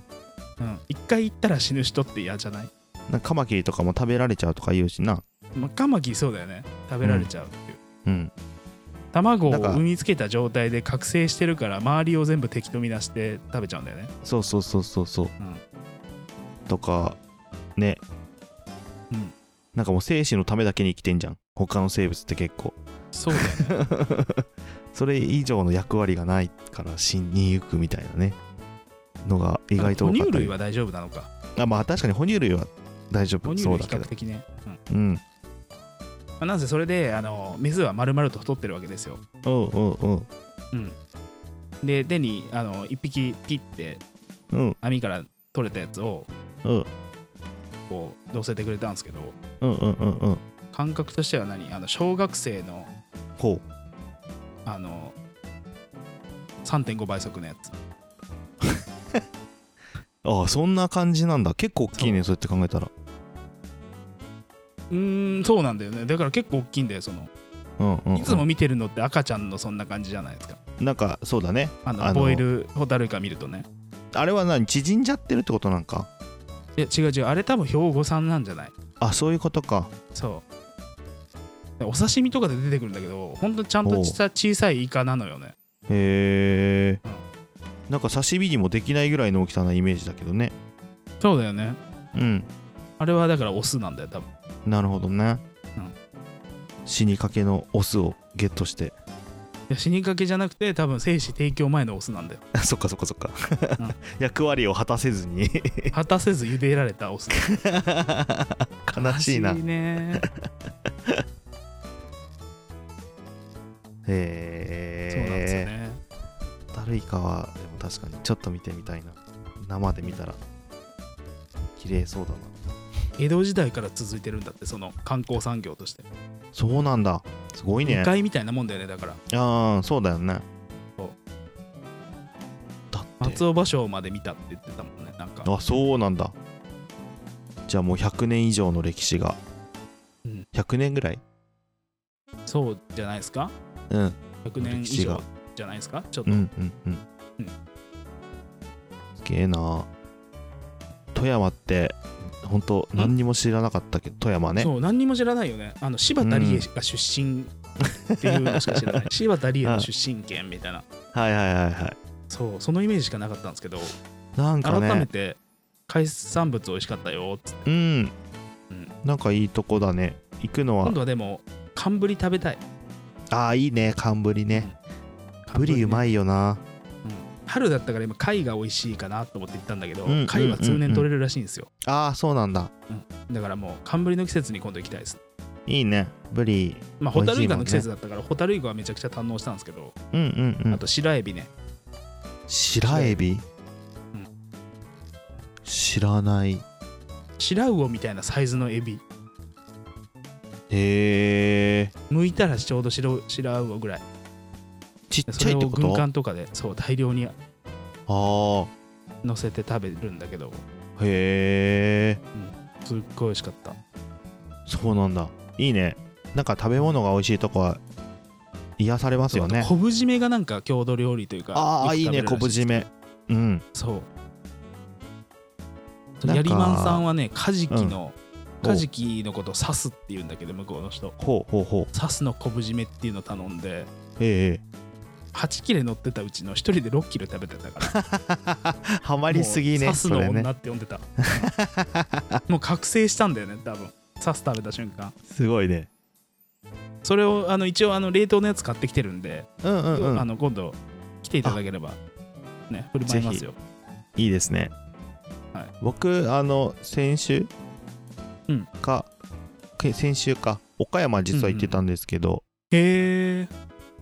[SPEAKER 1] うん一回行ったら死ぬ人って嫌じゃない、
[SPEAKER 2] なんかカマキリとかも食べられちゃうとか言うしな
[SPEAKER 1] まあ、カマキリそうだよね食べられちゃうっていう、
[SPEAKER 2] うん
[SPEAKER 1] 卵を
[SPEAKER 2] なんか
[SPEAKER 1] 産みつけた状態で覚醒してるから周りを全部敵と見なして食べちゃうんだよね
[SPEAKER 2] そうそうそうそうそう、
[SPEAKER 1] ん
[SPEAKER 2] とかね
[SPEAKER 1] うん
[SPEAKER 2] なんかもう生死のためだけに生きてんじゃん他の生物って結構
[SPEAKER 1] そう だよね
[SPEAKER 2] それ以上の役割がないから死にゆくみたいなねのが意外と多
[SPEAKER 1] 哺
[SPEAKER 2] かっ
[SPEAKER 1] 乳
[SPEAKER 2] たり
[SPEAKER 1] 類は大丈夫なのか
[SPEAKER 2] あまあ確かに哺乳類は大丈
[SPEAKER 1] 哺
[SPEAKER 2] 夫
[SPEAKER 1] 乳
[SPEAKER 2] そ
[SPEAKER 1] 類
[SPEAKER 2] う
[SPEAKER 1] 比
[SPEAKER 2] だけ
[SPEAKER 1] 較
[SPEAKER 2] ど
[SPEAKER 1] 的ね、うんま
[SPEAKER 2] うん
[SPEAKER 1] あなぜそれであのメスは丸々と太ってるわけですよ
[SPEAKER 2] うんうんうん
[SPEAKER 1] で手にあの1匹ピッて
[SPEAKER 2] うん
[SPEAKER 1] 網から取れたやつを
[SPEAKER 2] うん
[SPEAKER 1] こう乗せてくれたんですけど
[SPEAKER 2] うんうんうんうん
[SPEAKER 1] 感覚としては何あの小学生の
[SPEAKER 2] ほう
[SPEAKER 1] あの3.5倍速のやつ
[SPEAKER 2] ああそんな感じなんだ結構大きいねそうやって考えたら
[SPEAKER 1] うーんそうなんだよねだから結構大きいんだよその
[SPEAKER 2] ううんうんうん
[SPEAKER 1] いつも見てるのって赤ちゃんのそんな感じじゃないですか
[SPEAKER 2] なんかそうだね
[SPEAKER 1] あの
[SPEAKER 2] あの
[SPEAKER 1] ボイルホタルイカ見るとね
[SPEAKER 2] あれは何縮んじゃってるってことなんか
[SPEAKER 1] いや違う違うあれ多分兵庫産なんじゃない
[SPEAKER 2] あそういうことか
[SPEAKER 1] そうお刺身とかで出てくるんだけどほんとちゃん
[SPEAKER 2] お
[SPEAKER 1] と
[SPEAKER 2] う
[SPEAKER 1] した小さいイカなのよね
[SPEAKER 2] へえなんか刺身にもできないぐらいの大きさなイメージだけどね
[SPEAKER 1] そうだよね
[SPEAKER 2] うん
[SPEAKER 1] あれはだからオスなんだよ多分
[SPEAKER 2] なるほどね、
[SPEAKER 1] うん
[SPEAKER 2] 死にかけのオスをゲットして
[SPEAKER 1] いや死にかけじゃなくて多分精子提供前のオスなんだよ
[SPEAKER 2] そっかそっかそっか、
[SPEAKER 1] うん
[SPEAKER 2] 役割を果たせず に
[SPEAKER 1] 果たせず茹でられたオス
[SPEAKER 2] 悲しいな
[SPEAKER 1] 悲しいね
[SPEAKER 2] へえ
[SPEAKER 1] そうなんですよね
[SPEAKER 2] ホタルイカはでも確かにちょっと見てみたいな生で見たら綺麗そうだな
[SPEAKER 1] 江戸時代から続いてるんだってその観光産業として
[SPEAKER 2] そうなんだすごいね
[SPEAKER 1] 2階みたいなもんだよねだから
[SPEAKER 2] ああそうだよね
[SPEAKER 1] そう
[SPEAKER 2] だって
[SPEAKER 1] 松尾芭蕉まで見たって言ってたもんねなんか
[SPEAKER 2] あそうなんだじゃあもう100年以上の歴史が、
[SPEAKER 1] うん
[SPEAKER 2] 100年ぐらい
[SPEAKER 1] そうじゃないですか
[SPEAKER 2] うん
[SPEAKER 1] 100年以
[SPEAKER 2] 歴史が
[SPEAKER 1] 上じゃないですかちょっ
[SPEAKER 2] う
[SPEAKER 1] と、
[SPEAKER 2] んうんうん
[SPEAKER 1] うん
[SPEAKER 2] すげえな富山ってほんと何にも知らなかったけど富山ね
[SPEAKER 1] そう何にも知らないよねあの柴田理恵が出身っていうのしか知 らない柴田理恵の出身県みたいな
[SPEAKER 2] はいはいはいはい
[SPEAKER 1] そうそのイメージしかなかったんですけど
[SPEAKER 2] なんか
[SPEAKER 1] 改
[SPEAKER 2] ね
[SPEAKER 1] めて海産物美味しかったよっつって
[SPEAKER 2] うん、
[SPEAKER 1] うん
[SPEAKER 2] なんかいいとこだね行くのは
[SPEAKER 1] 今度はでも寒ぶり食べたい
[SPEAKER 2] ああいいね寒ぶりねぶりうま
[SPEAKER 1] い
[SPEAKER 2] いよな
[SPEAKER 1] 春だったから今貝が美味しいかなと思って行ったんだけど、
[SPEAKER 2] うん
[SPEAKER 1] 貝は通
[SPEAKER 2] うんうんう
[SPEAKER 1] 年
[SPEAKER 2] ん
[SPEAKER 1] 取れるらしいんですよ、
[SPEAKER 2] ああそうなんだ
[SPEAKER 1] だからもう寒ぶりの季節に今度行きたいです
[SPEAKER 2] いいねぶり
[SPEAKER 1] まあ
[SPEAKER 2] 美
[SPEAKER 1] ホ
[SPEAKER 2] 味
[SPEAKER 1] タ
[SPEAKER 2] し
[SPEAKER 1] ル
[SPEAKER 2] い
[SPEAKER 1] イ
[SPEAKER 2] も
[SPEAKER 1] カの
[SPEAKER 2] んね
[SPEAKER 1] 季節だったからホタルイカはめちゃくちゃ堪能したんですけど、
[SPEAKER 2] うんうんう
[SPEAKER 1] あ
[SPEAKER 2] ん
[SPEAKER 1] と白エビね
[SPEAKER 2] 白エビ、
[SPEAKER 1] うん
[SPEAKER 2] 知らない
[SPEAKER 1] 白魚みたいなサイズのエビ
[SPEAKER 2] へえ
[SPEAKER 1] 剥いたらちょうど白白魚ぐらい
[SPEAKER 2] ちっち
[SPEAKER 1] そ
[SPEAKER 2] ゃい
[SPEAKER 1] れ
[SPEAKER 2] って
[SPEAKER 1] を
[SPEAKER 2] こ
[SPEAKER 1] 軍
[SPEAKER 2] とあ
[SPEAKER 1] 艦とかでそう大量に
[SPEAKER 2] あー
[SPEAKER 1] 乗せて食べるんだけど
[SPEAKER 2] へえ
[SPEAKER 1] すっごい美味しかった
[SPEAKER 2] そうなんだいいねなんか食べ物が美味しいとこは癒されますよね
[SPEAKER 1] そう昆布締めがなんか郷土料理というか
[SPEAKER 2] ああいいね
[SPEAKER 1] よく
[SPEAKER 2] 昆
[SPEAKER 1] 食
[SPEAKER 2] 布
[SPEAKER 1] べるらしいで
[SPEAKER 2] 締めうん
[SPEAKER 1] すそう
[SPEAKER 2] なんか
[SPEAKER 1] ヤリマンさんはねカジキの、
[SPEAKER 2] うん
[SPEAKER 1] カジキのことを刺すって言うんだけど向こうの人
[SPEAKER 2] ほうほうほ
[SPEAKER 1] 刺すの昆布締めっていうの頼んで
[SPEAKER 2] うええ
[SPEAKER 1] 8切れ乗ってたうちの1人で6キロ食べてたから
[SPEAKER 2] ハマりすぎね
[SPEAKER 1] もう刺す
[SPEAKER 2] そ
[SPEAKER 1] の
[SPEAKER 2] れね
[SPEAKER 1] 女って呼んでた、 もう覚醒したんだよね多分刺す食べた瞬間
[SPEAKER 2] すごいね
[SPEAKER 1] それをあの一応あの冷凍のやつ買ってきてるんで、
[SPEAKER 2] うんうんうん
[SPEAKER 1] あの今度来ていただければね振る舞いますよ
[SPEAKER 2] いいですね、
[SPEAKER 1] はい
[SPEAKER 2] 僕あの先週
[SPEAKER 1] うん
[SPEAKER 2] か、け先週か岡山実は行ってたんですけど、
[SPEAKER 1] へえ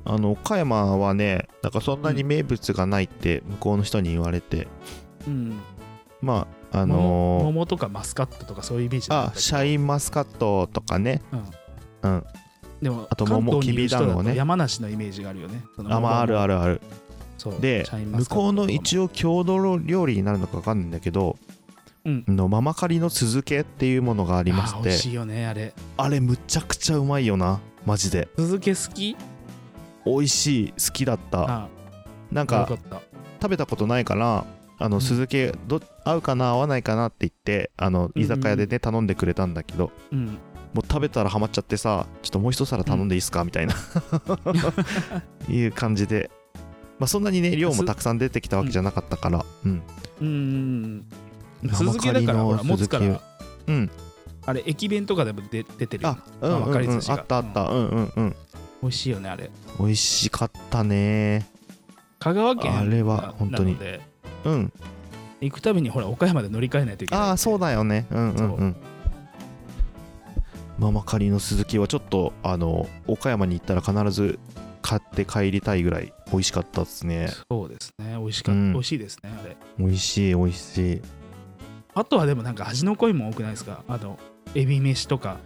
[SPEAKER 2] あの岡山はねなんかそんなに名物がないって向こうの人に言われて、
[SPEAKER 1] うん
[SPEAKER 2] まああ
[SPEAKER 1] あの桃
[SPEAKER 2] のー
[SPEAKER 1] 桃とかマスカットとかそういうイメージだった
[SPEAKER 2] あ
[SPEAKER 1] けど
[SPEAKER 2] シャインマスカットとかね
[SPEAKER 1] うん
[SPEAKER 2] うん
[SPEAKER 1] でも
[SPEAKER 2] あと
[SPEAKER 1] 関
[SPEAKER 2] 桃
[SPEAKER 1] 東にいる人だ
[SPEAKER 2] きびだんご
[SPEAKER 1] と
[SPEAKER 2] ね
[SPEAKER 1] 山梨のイメージがあるよねその
[SPEAKER 2] あまああるあるある
[SPEAKER 1] そう
[SPEAKER 2] で
[SPEAKER 1] シャインマ
[SPEAKER 2] 向
[SPEAKER 1] スカット
[SPEAKER 2] こう
[SPEAKER 1] とかも
[SPEAKER 2] の一応郷土料理になるのか分かんないんだけど、
[SPEAKER 1] うん
[SPEAKER 2] あのママカリの酢漬けっていうものがありま
[SPEAKER 1] あ
[SPEAKER 2] し
[SPEAKER 1] ー美味
[SPEAKER 2] て
[SPEAKER 1] しいよねあれ
[SPEAKER 2] あれむちゃくちゃうまいよなマジで
[SPEAKER 1] 続け好き
[SPEAKER 2] 美味しい好きだった
[SPEAKER 1] あ
[SPEAKER 2] なん
[SPEAKER 1] あよ
[SPEAKER 2] か
[SPEAKER 1] かった
[SPEAKER 2] 食べたことないからあの
[SPEAKER 1] うん
[SPEAKER 2] 酢漬けど合うかな合わないかなって言ってあの
[SPEAKER 1] うん
[SPEAKER 2] 居酒屋でね頼んでくれたんだけど
[SPEAKER 1] うん
[SPEAKER 2] もう食べたらハマっちゃってさちょっともう一皿頼んでいいっすか みたいないう感じでまあそんなにね量もたくさん出てきたわけじゃなかったからうん
[SPEAKER 1] うんうんうん
[SPEAKER 2] 生
[SPEAKER 1] 続けだからほら
[SPEAKER 2] カリの
[SPEAKER 1] 持
[SPEAKER 2] 酢
[SPEAKER 1] つ
[SPEAKER 2] 漬け
[SPEAKER 1] から
[SPEAKER 2] うん
[SPEAKER 1] あれ駅弁とかでも出出てるよね
[SPEAKER 2] あうんうん
[SPEAKER 1] マカリ
[SPEAKER 2] うん
[SPEAKER 1] 寿司
[SPEAKER 2] あ
[SPEAKER 1] が
[SPEAKER 2] ったあったうんうんうん
[SPEAKER 1] 美味しいよねあれ
[SPEAKER 2] 美味しかったね
[SPEAKER 1] 香川県
[SPEAKER 2] あれは
[SPEAKER 1] な
[SPEAKER 2] 本当に
[SPEAKER 1] なので
[SPEAKER 2] うん
[SPEAKER 1] 行くたびにほら岡山で乗り換えないといけない
[SPEAKER 2] ああそう
[SPEAKER 1] だ
[SPEAKER 2] だよねうんうんうんママカリの鈴木はちょっとあの岡山に行ったら必ず買って帰りたいぐらい美味しかったですね
[SPEAKER 1] そうですね美味しかっ
[SPEAKER 2] うん
[SPEAKER 1] 美味しいですねあれ
[SPEAKER 2] 美味しい美味しい
[SPEAKER 1] あとはでもなんか味の濃いもん多くないですかあのエビ飯とか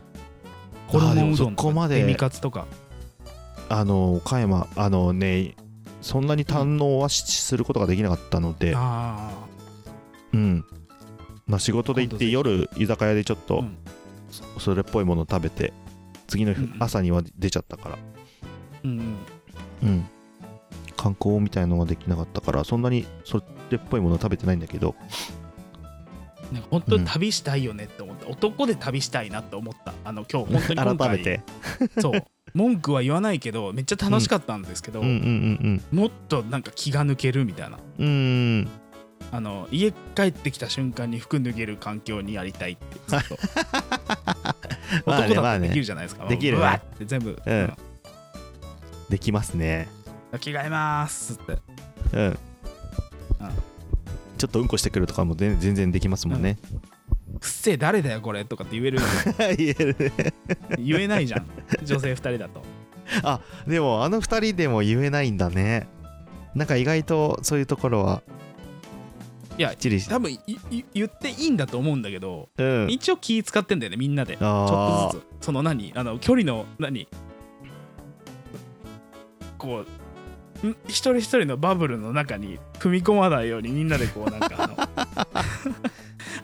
[SPEAKER 2] あーで
[SPEAKER 1] 衣
[SPEAKER 2] も
[SPEAKER 1] うど
[SPEAKER 2] そ
[SPEAKER 1] ん
[SPEAKER 2] ことま
[SPEAKER 1] か
[SPEAKER 2] で
[SPEAKER 1] エビカツとか
[SPEAKER 2] あの岡山あのねそんなに堪能はしすることができなかったので
[SPEAKER 1] あ
[SPEAKER 2] うんまあ仕事で行って
[SPEAKER 1] 今
[SPEAKER 2] 夜居酒屋でちょっ
[SPEAKER 1] う
[SPEAKER 2] と
[SPEAKER 1] ん
[SPEAKER 2] そそれっぽいものを食べて次の
[SPEAKER 1] う
[SPEAKER 2] 日
[SPEAKER 1] んうん
[SPEAKER 2] 朝には出ちゃったから
[SPEAKER 1] うんうん
[SPEAKER 2] うん、観光みたいのはできなかったからそんなにそれっぽいものは食べてないんだけど
[SPEAKER 1] なんか本当に旅したいよねって思った、男で旅したいなって思ったあの今日本当に今回
[SPEAKER 2] 改めて
[SPEAKER 1] そう文句は言わないけどめっちゃ楽しかったんですけど、
[SPEAKER 2] うんうん
[SPEAKER 1] もっとなんか気が抜けるみたいな
[SPEAKER 2] うんうんうん
[SPEAKER 1] あの家帰ってきた瞬間に服脱げる環境にやりたいって ずっと
[SPEAKER 2] まあね
[SPEAKER 1] 男
[SPEAKER 2] ま
[SPEAKER 1] だ
[SPEAKER 2] あ
[SPEAKER 1] って
[SPEAKER 2] ね
[SPEAKER 1] できるじゃないですか、
[SPEAKER 2] できるね
[SPEAKER 1] うわって全部、
[SPEAKER 2] うんできますね
[SPEAKER 1] うん着替えますって
[SPEAKER 2] うんちょっとうんこしてくるとかも全全然できますもんね、
[SPEAKER 1] くっせえ誰だよこれとかって言える
[SPEAKER 2] 言えるね
[SPEAKER 1] 言えないじゃん女性2人だと
[SPEAKER 2] でもあの2人でも言えないんだねなんか意外とそういうところはい
[SPEAKER 1] や
[SPEAKER 2] きっちりし
[SPEAKER 1] 多分いい言っていいんだと思うんだけど
[SPEAKER 2] うん
[SPEAKER 1] 一応気使ってんだよねみんなでちょ
[SPEAKER 2] あ
[SPEAKER 1] っとずつその何あの距離の何こうん一人一人のバブルの中に踏み込まないようにみんなでこうなんかあの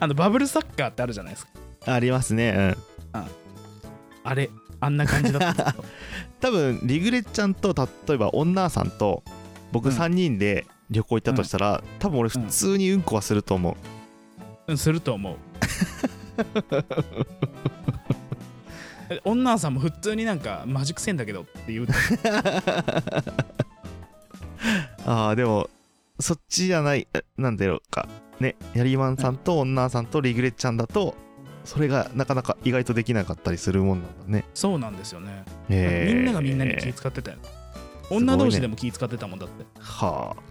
[SPEAKER 1] あのバブルサッカーってあるじゃないですか
[SPEAKER 2] あありますねうん
[SPEAKER 1] あれあんな感じだった
[SPEAKER 2] 多分リグレちゃんと例えば女さんと僕
[SPEAKER 1] うん
[SPEAKER 2] 3人で旅行行ったとしたら、多分俺普通にうんこはすると思
[SPEAKER 1] う
[SPEAKER 2] う、
[SPEAKER 1] んすると 思うえ女さんも普通になんかマジくせえんだけどって言う
[SPEAKER 2] ああでもそっちじゃないえなんだろうかねヤリマンさんと女さんとリグレちゃんだとそれがなかなか意外とできなかったりするもんなんだね、
[SPEAKER 1] そうなんですよね、
[SPEAKER 2] えー
[SPEAKER 1] みんながみんなに気使ってたよ女同士でも気使ってたもんだって
[SPEAKER 2] はあ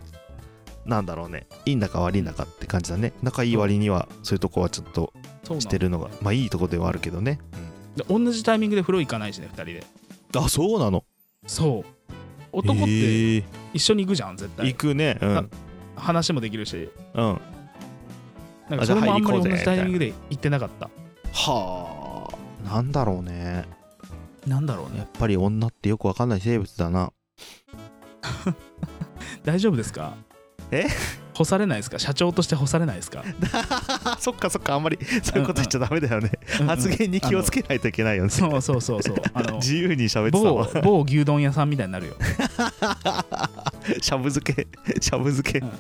[SPEAKER 2] なんだろうねいいんだか悪いんだかって感じだね仲いい割にはそういうとこはちょっと
[SPEAKER 1] そうなん
[SPEAKER 2] してるのがまあいいとこではあるけどね、
[SPEAKER 1] で同じタイミングで風呂行かないしね2人で
[SPEAKER 2] あそうなの
[SPEAKER 1] そう男って
[SPEAKER 2] へえ
[SPEAKER 1] 一緒に行くじゃん絶対
[SPEAKER 2] 行くねう
[SPEAKER 1] あ
[SPEAKER 2] ん
[SPEAKER 1] 話もできるし
[SPEAKER 2] うんは
[SPEAKER 1] なんか
[SPEAKER 2] あじ
[SPEAKER 1] そ
[SPEAKER 2] ゃあ
[SPEAKER 1] れもあんま
[SPEAKER 2] 入り行こう
[SPEAKER 1] り
[SPEAKER 2] ぜ
[SPEAKER 1] 同じタイミングで行ってなかった
[SPEAKER 2] あなんだろうね
[SPEAKER 1] なんだろう
[SPEAKER 2] や
[SPEAKER 1] ね
[SPEAKER 2] っぱり女ってよくわかんない生物だな
[SPEAKER 1] 大丈夫ですか
[SPEAKER 2] え
[SPEAKER 1] 干されないですか社長として干されないですか
[SPEAKER 2] そっかそっかあんまりそういうこと言っちゃダメだよね、 発言に気をつ
[SPEAKER 1] け
[SPEAKER 2] けないといけないよね、
[SPEAKER 1] そうそうそうそうあの
[SPEAKER 2] 自由に喋ってた
[SPEAKER 1] 某
[SPEAKER 2] わ
[SPEAKER 1] 某牛丼屋さんみたいになるよ
[SPEAKER 2] しゃぶ漬けしゃぶ漬け、
[SPEAKER 1] うん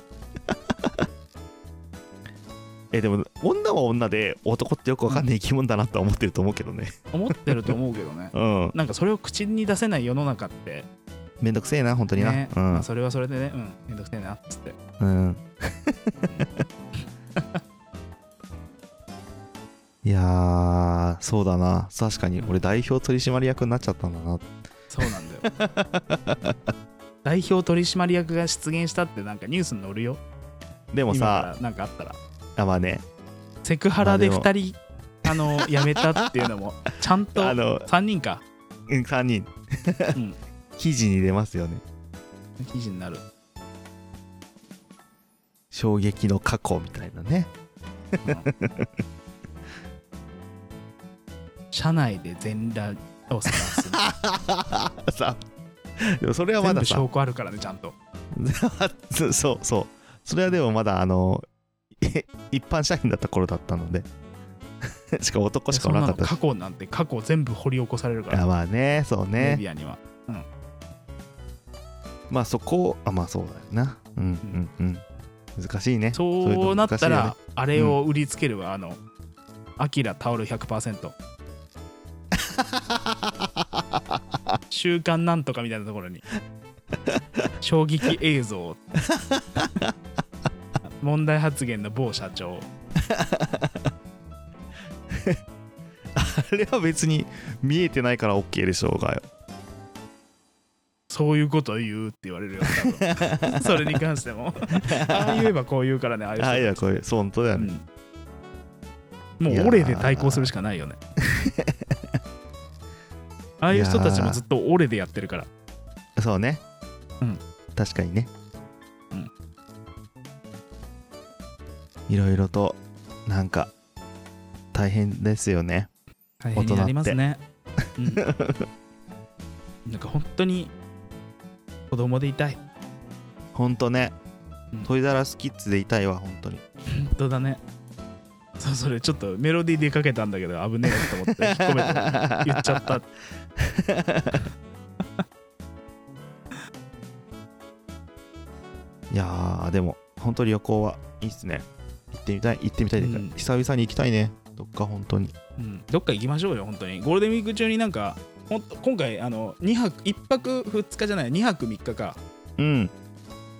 [SPEAKER 2] えでも女は女で男ってよくわかんない生き物だなとは思ってると思うけどね
[SPEAKER 1] 思ってると思うけどね
[SPEAKER 2] うん
[SPEAKER 1] なんかそれを口に出せない世の中って、
[SPEAKER 2] めんどくせえな本当にな、
[SPEAKER 1] ね
[SPEAKER 2] うん
[SPEAKER 1] まあ、それはそれでね、うん、めんどくせえなっつって
[SPEAKER 2] うん。いやー、そうだな。確かに、俺、代表取締役になっちゃったんだな。
[SPEAKER 1] そうなんだよ 代表取締役が出現したってなんかニュースに載るよ
[SPEAKER 2] でも
[SPEAKER 1] 今
[SPEAKER 2] さ、
[SPEAKER 1] からなんかあったら
[SPEAKER 2] あまあね、
[SPEAKER 1] セクハラで
[SPEAKER 2] まあ
[SPEAKER 1] 2人あの辞めたっていうの もちゃんと
[SPEAKER 2] あの、
[SPEAKER 1] 3人か、
[SPEAKER 2] 3人、
[SPEAKER 1] うん、
[SPEAKER 2] 記事に出ますよね。
[SPEAKER 1] 記事になる
[SPEAKER 2] 衝撃の過去みたいなね。
[SPEAKER 1] 社内で全裸を探 す
[SPEAKER 2] さ、でもそれはま
[SPEAKER 1] 全
[SPEAKER 2] だ
[SPEAKER 1] 部
[SPEAKER 2] さ
[SPEAKER 1] 証、拠あるからねちゃんと
[SPEAKER 2] そうそうそう。それはでもまだ、あの、 え一般社員だった頃だったので、 しかも男しかおらなかった
[SPEAKER 1] そ
[SPEAKER 2] し。
[SPEAKER 1] んなの過去なんて過去全部掘り起こされるから
[SPEAKER 2] あまあね、そうね
[SPEAKER 1] メ。ディアには
[SPEAKER 2] まあそこあまあそうだよなうんうんうん難しいねいの
[SPEAKER 1] そうなっ
[SPEAKER 2] 難しい
[SPEAKER 1] た
[SPEAKER 2] よね
[SPEAKER 1] らあれを売りつけるわ、あのアキラタオル100% 週刊なんとかみたいなところに衝撃映 像問題発言の某社長
[SPEAKER 2] あれは別に見えてないから OK でしょうがよ
[SPEAKER 1] そういうこと言うって言われるよ多 分それに関してもああ言えばこう言うからねああいう人
[SPEAKER 2] あいやこれそう本当だよね、
[SPEAKER 1] うんもうオレで対抗するしかないよ ねああいう人たちもずっとオレでやってるから
[SPEAKER 2] そうね
[SPEAKER 1] うん
[SPEAKER 2] 確かにね
[SPEAKER 1] うん
[SPEAKER 2] いろいろとなんか大変ですよね
[SPEAKER 1] 大変になりますね、うん、 なんか本当に子供でいたい
[SPEAKER 2] ほんとね
[SPEAKER 1] うん
[SPEAKER 2] トイザらスキッズでいたいわ本当に
[SPEAKER 1] 本当だねそうそれちょっとメロディーでかけたんだけど危ねえと思って引っ込めて言っちゃった
[SPEAKER 2] いやーでも本当に旅行はいいっすね行ってみたい行ってみたいというか、
[SPEAKER 1] うん
[SPEAKER 2] 久々に行きたいねどっか本当に
[SPEAKER 1] うん、どっか行きましょうよ本当にゴールデンウィーク中になんかほんと今回あの2泊1泊2日じゃない2泊3日か
[SPEAKER 2] うん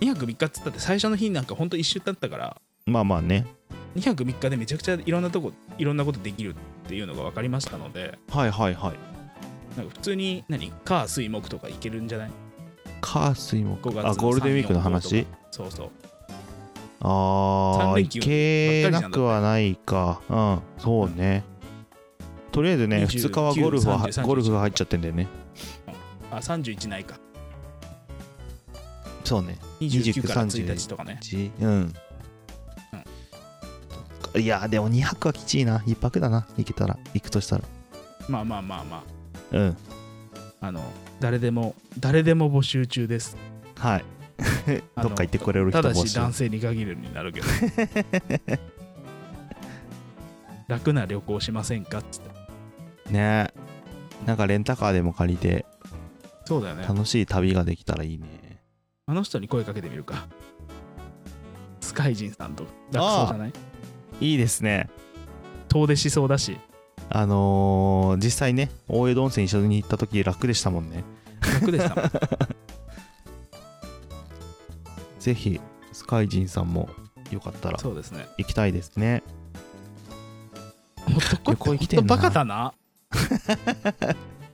[SPEAKER 1] 2泊3日っつったって最初の日なんかほんと1週経ったから
[SPEAKER 2] まあまあね
[SPEAKER 1] 2泊3日でめちゃくちゃいろんなとこいろんなことできるっていうのが分かりましたので
[SPEAKER 2] はいはいはい
[SPEAKER 1] なんか普通に何火水木とか行けるんじゃない
[SPEAKER 2] 火水木
[SPEAKER 1] 5月の
[SPEAKER 2] あゴールデンウィークの
[SPEAKER 1] 3 4
[SPEAKER 2] 話
[SPEAKER 1] そうそう
[SPEAKER 2] あ
[SPEAKER 1] 三
[SPEAKER 2] あ
[SPEAKER 1] 連
[SPEAKER 2] 行
[SPEAKER 1] 休
[SPEAKER 2] けなくはないかうんそうね、とりあえずね
[SPEAKER 1] 29
[SPEAKER 2] 2日はゴルフは
[SPEAKER 1] 30
[SPEAKER 2] ゴルフが入っちゃってんだよね
[SPEAKER 1] あ31ないか
[SPEAKER 2] そうね
[SPEAKER 1] 29から
[SPEAKER 2] 30
[SPEAKER 1] 1日とかね
[SPEAKER 2] じうん、いやでも2泊はきちいな1泊だな行けたら行くとしたら
[SPEAKER 1] まあまあまあま
[SPEAKER 2] うん
[SPEAKER 1] ああの誰でも誰でも募集中です
[SPEAKER 2] はい
[SPEAKER 1] あ
[SPEAKER 2] ど
[SPEAKER 1] の
[SPEAKER 2] っか行ってこれる人
[SPEAKER 1] ただ
[SPEAKER 2] 募
[SPEAKER 1] し
[SPEAKER 2] 集
[SPEAKER 1] 男性に限るにな るけど楽な旅行しませんかっつって
[SPEAKER 2] ねえなんかレンタカーでも借りて
[SPEAKER 1] そうだよね
[SPEAKER 2] 楽しい旅ができたらいいね
[SPEAKER 1] あの人に声かけてみるかスカイジンさんと楽そうじゃない
[SPEAKER 2] いいですね
[SPEAKER 1] 遠出しそうだし
[SPEAKER 2] あのー実際ね大江戸温泉一緒に行った時楽でしたもんね
[SPEAKER 1] 楽でしたもん
[SPEAKER 2] ぜひスカイジンさんもよかったら
[SPEAKER 1] そうですね
[SPEAKER 2] 行きたいですね
[SPEAKER 1] 男
[SPEAKER 2] 旅行行きて
[SPEAKER 1] ほ
[SPEAKER 2] ん
[SPEAKER 1] ん
[SPEAKER 2] な
[SPEAKER 1] とバカだな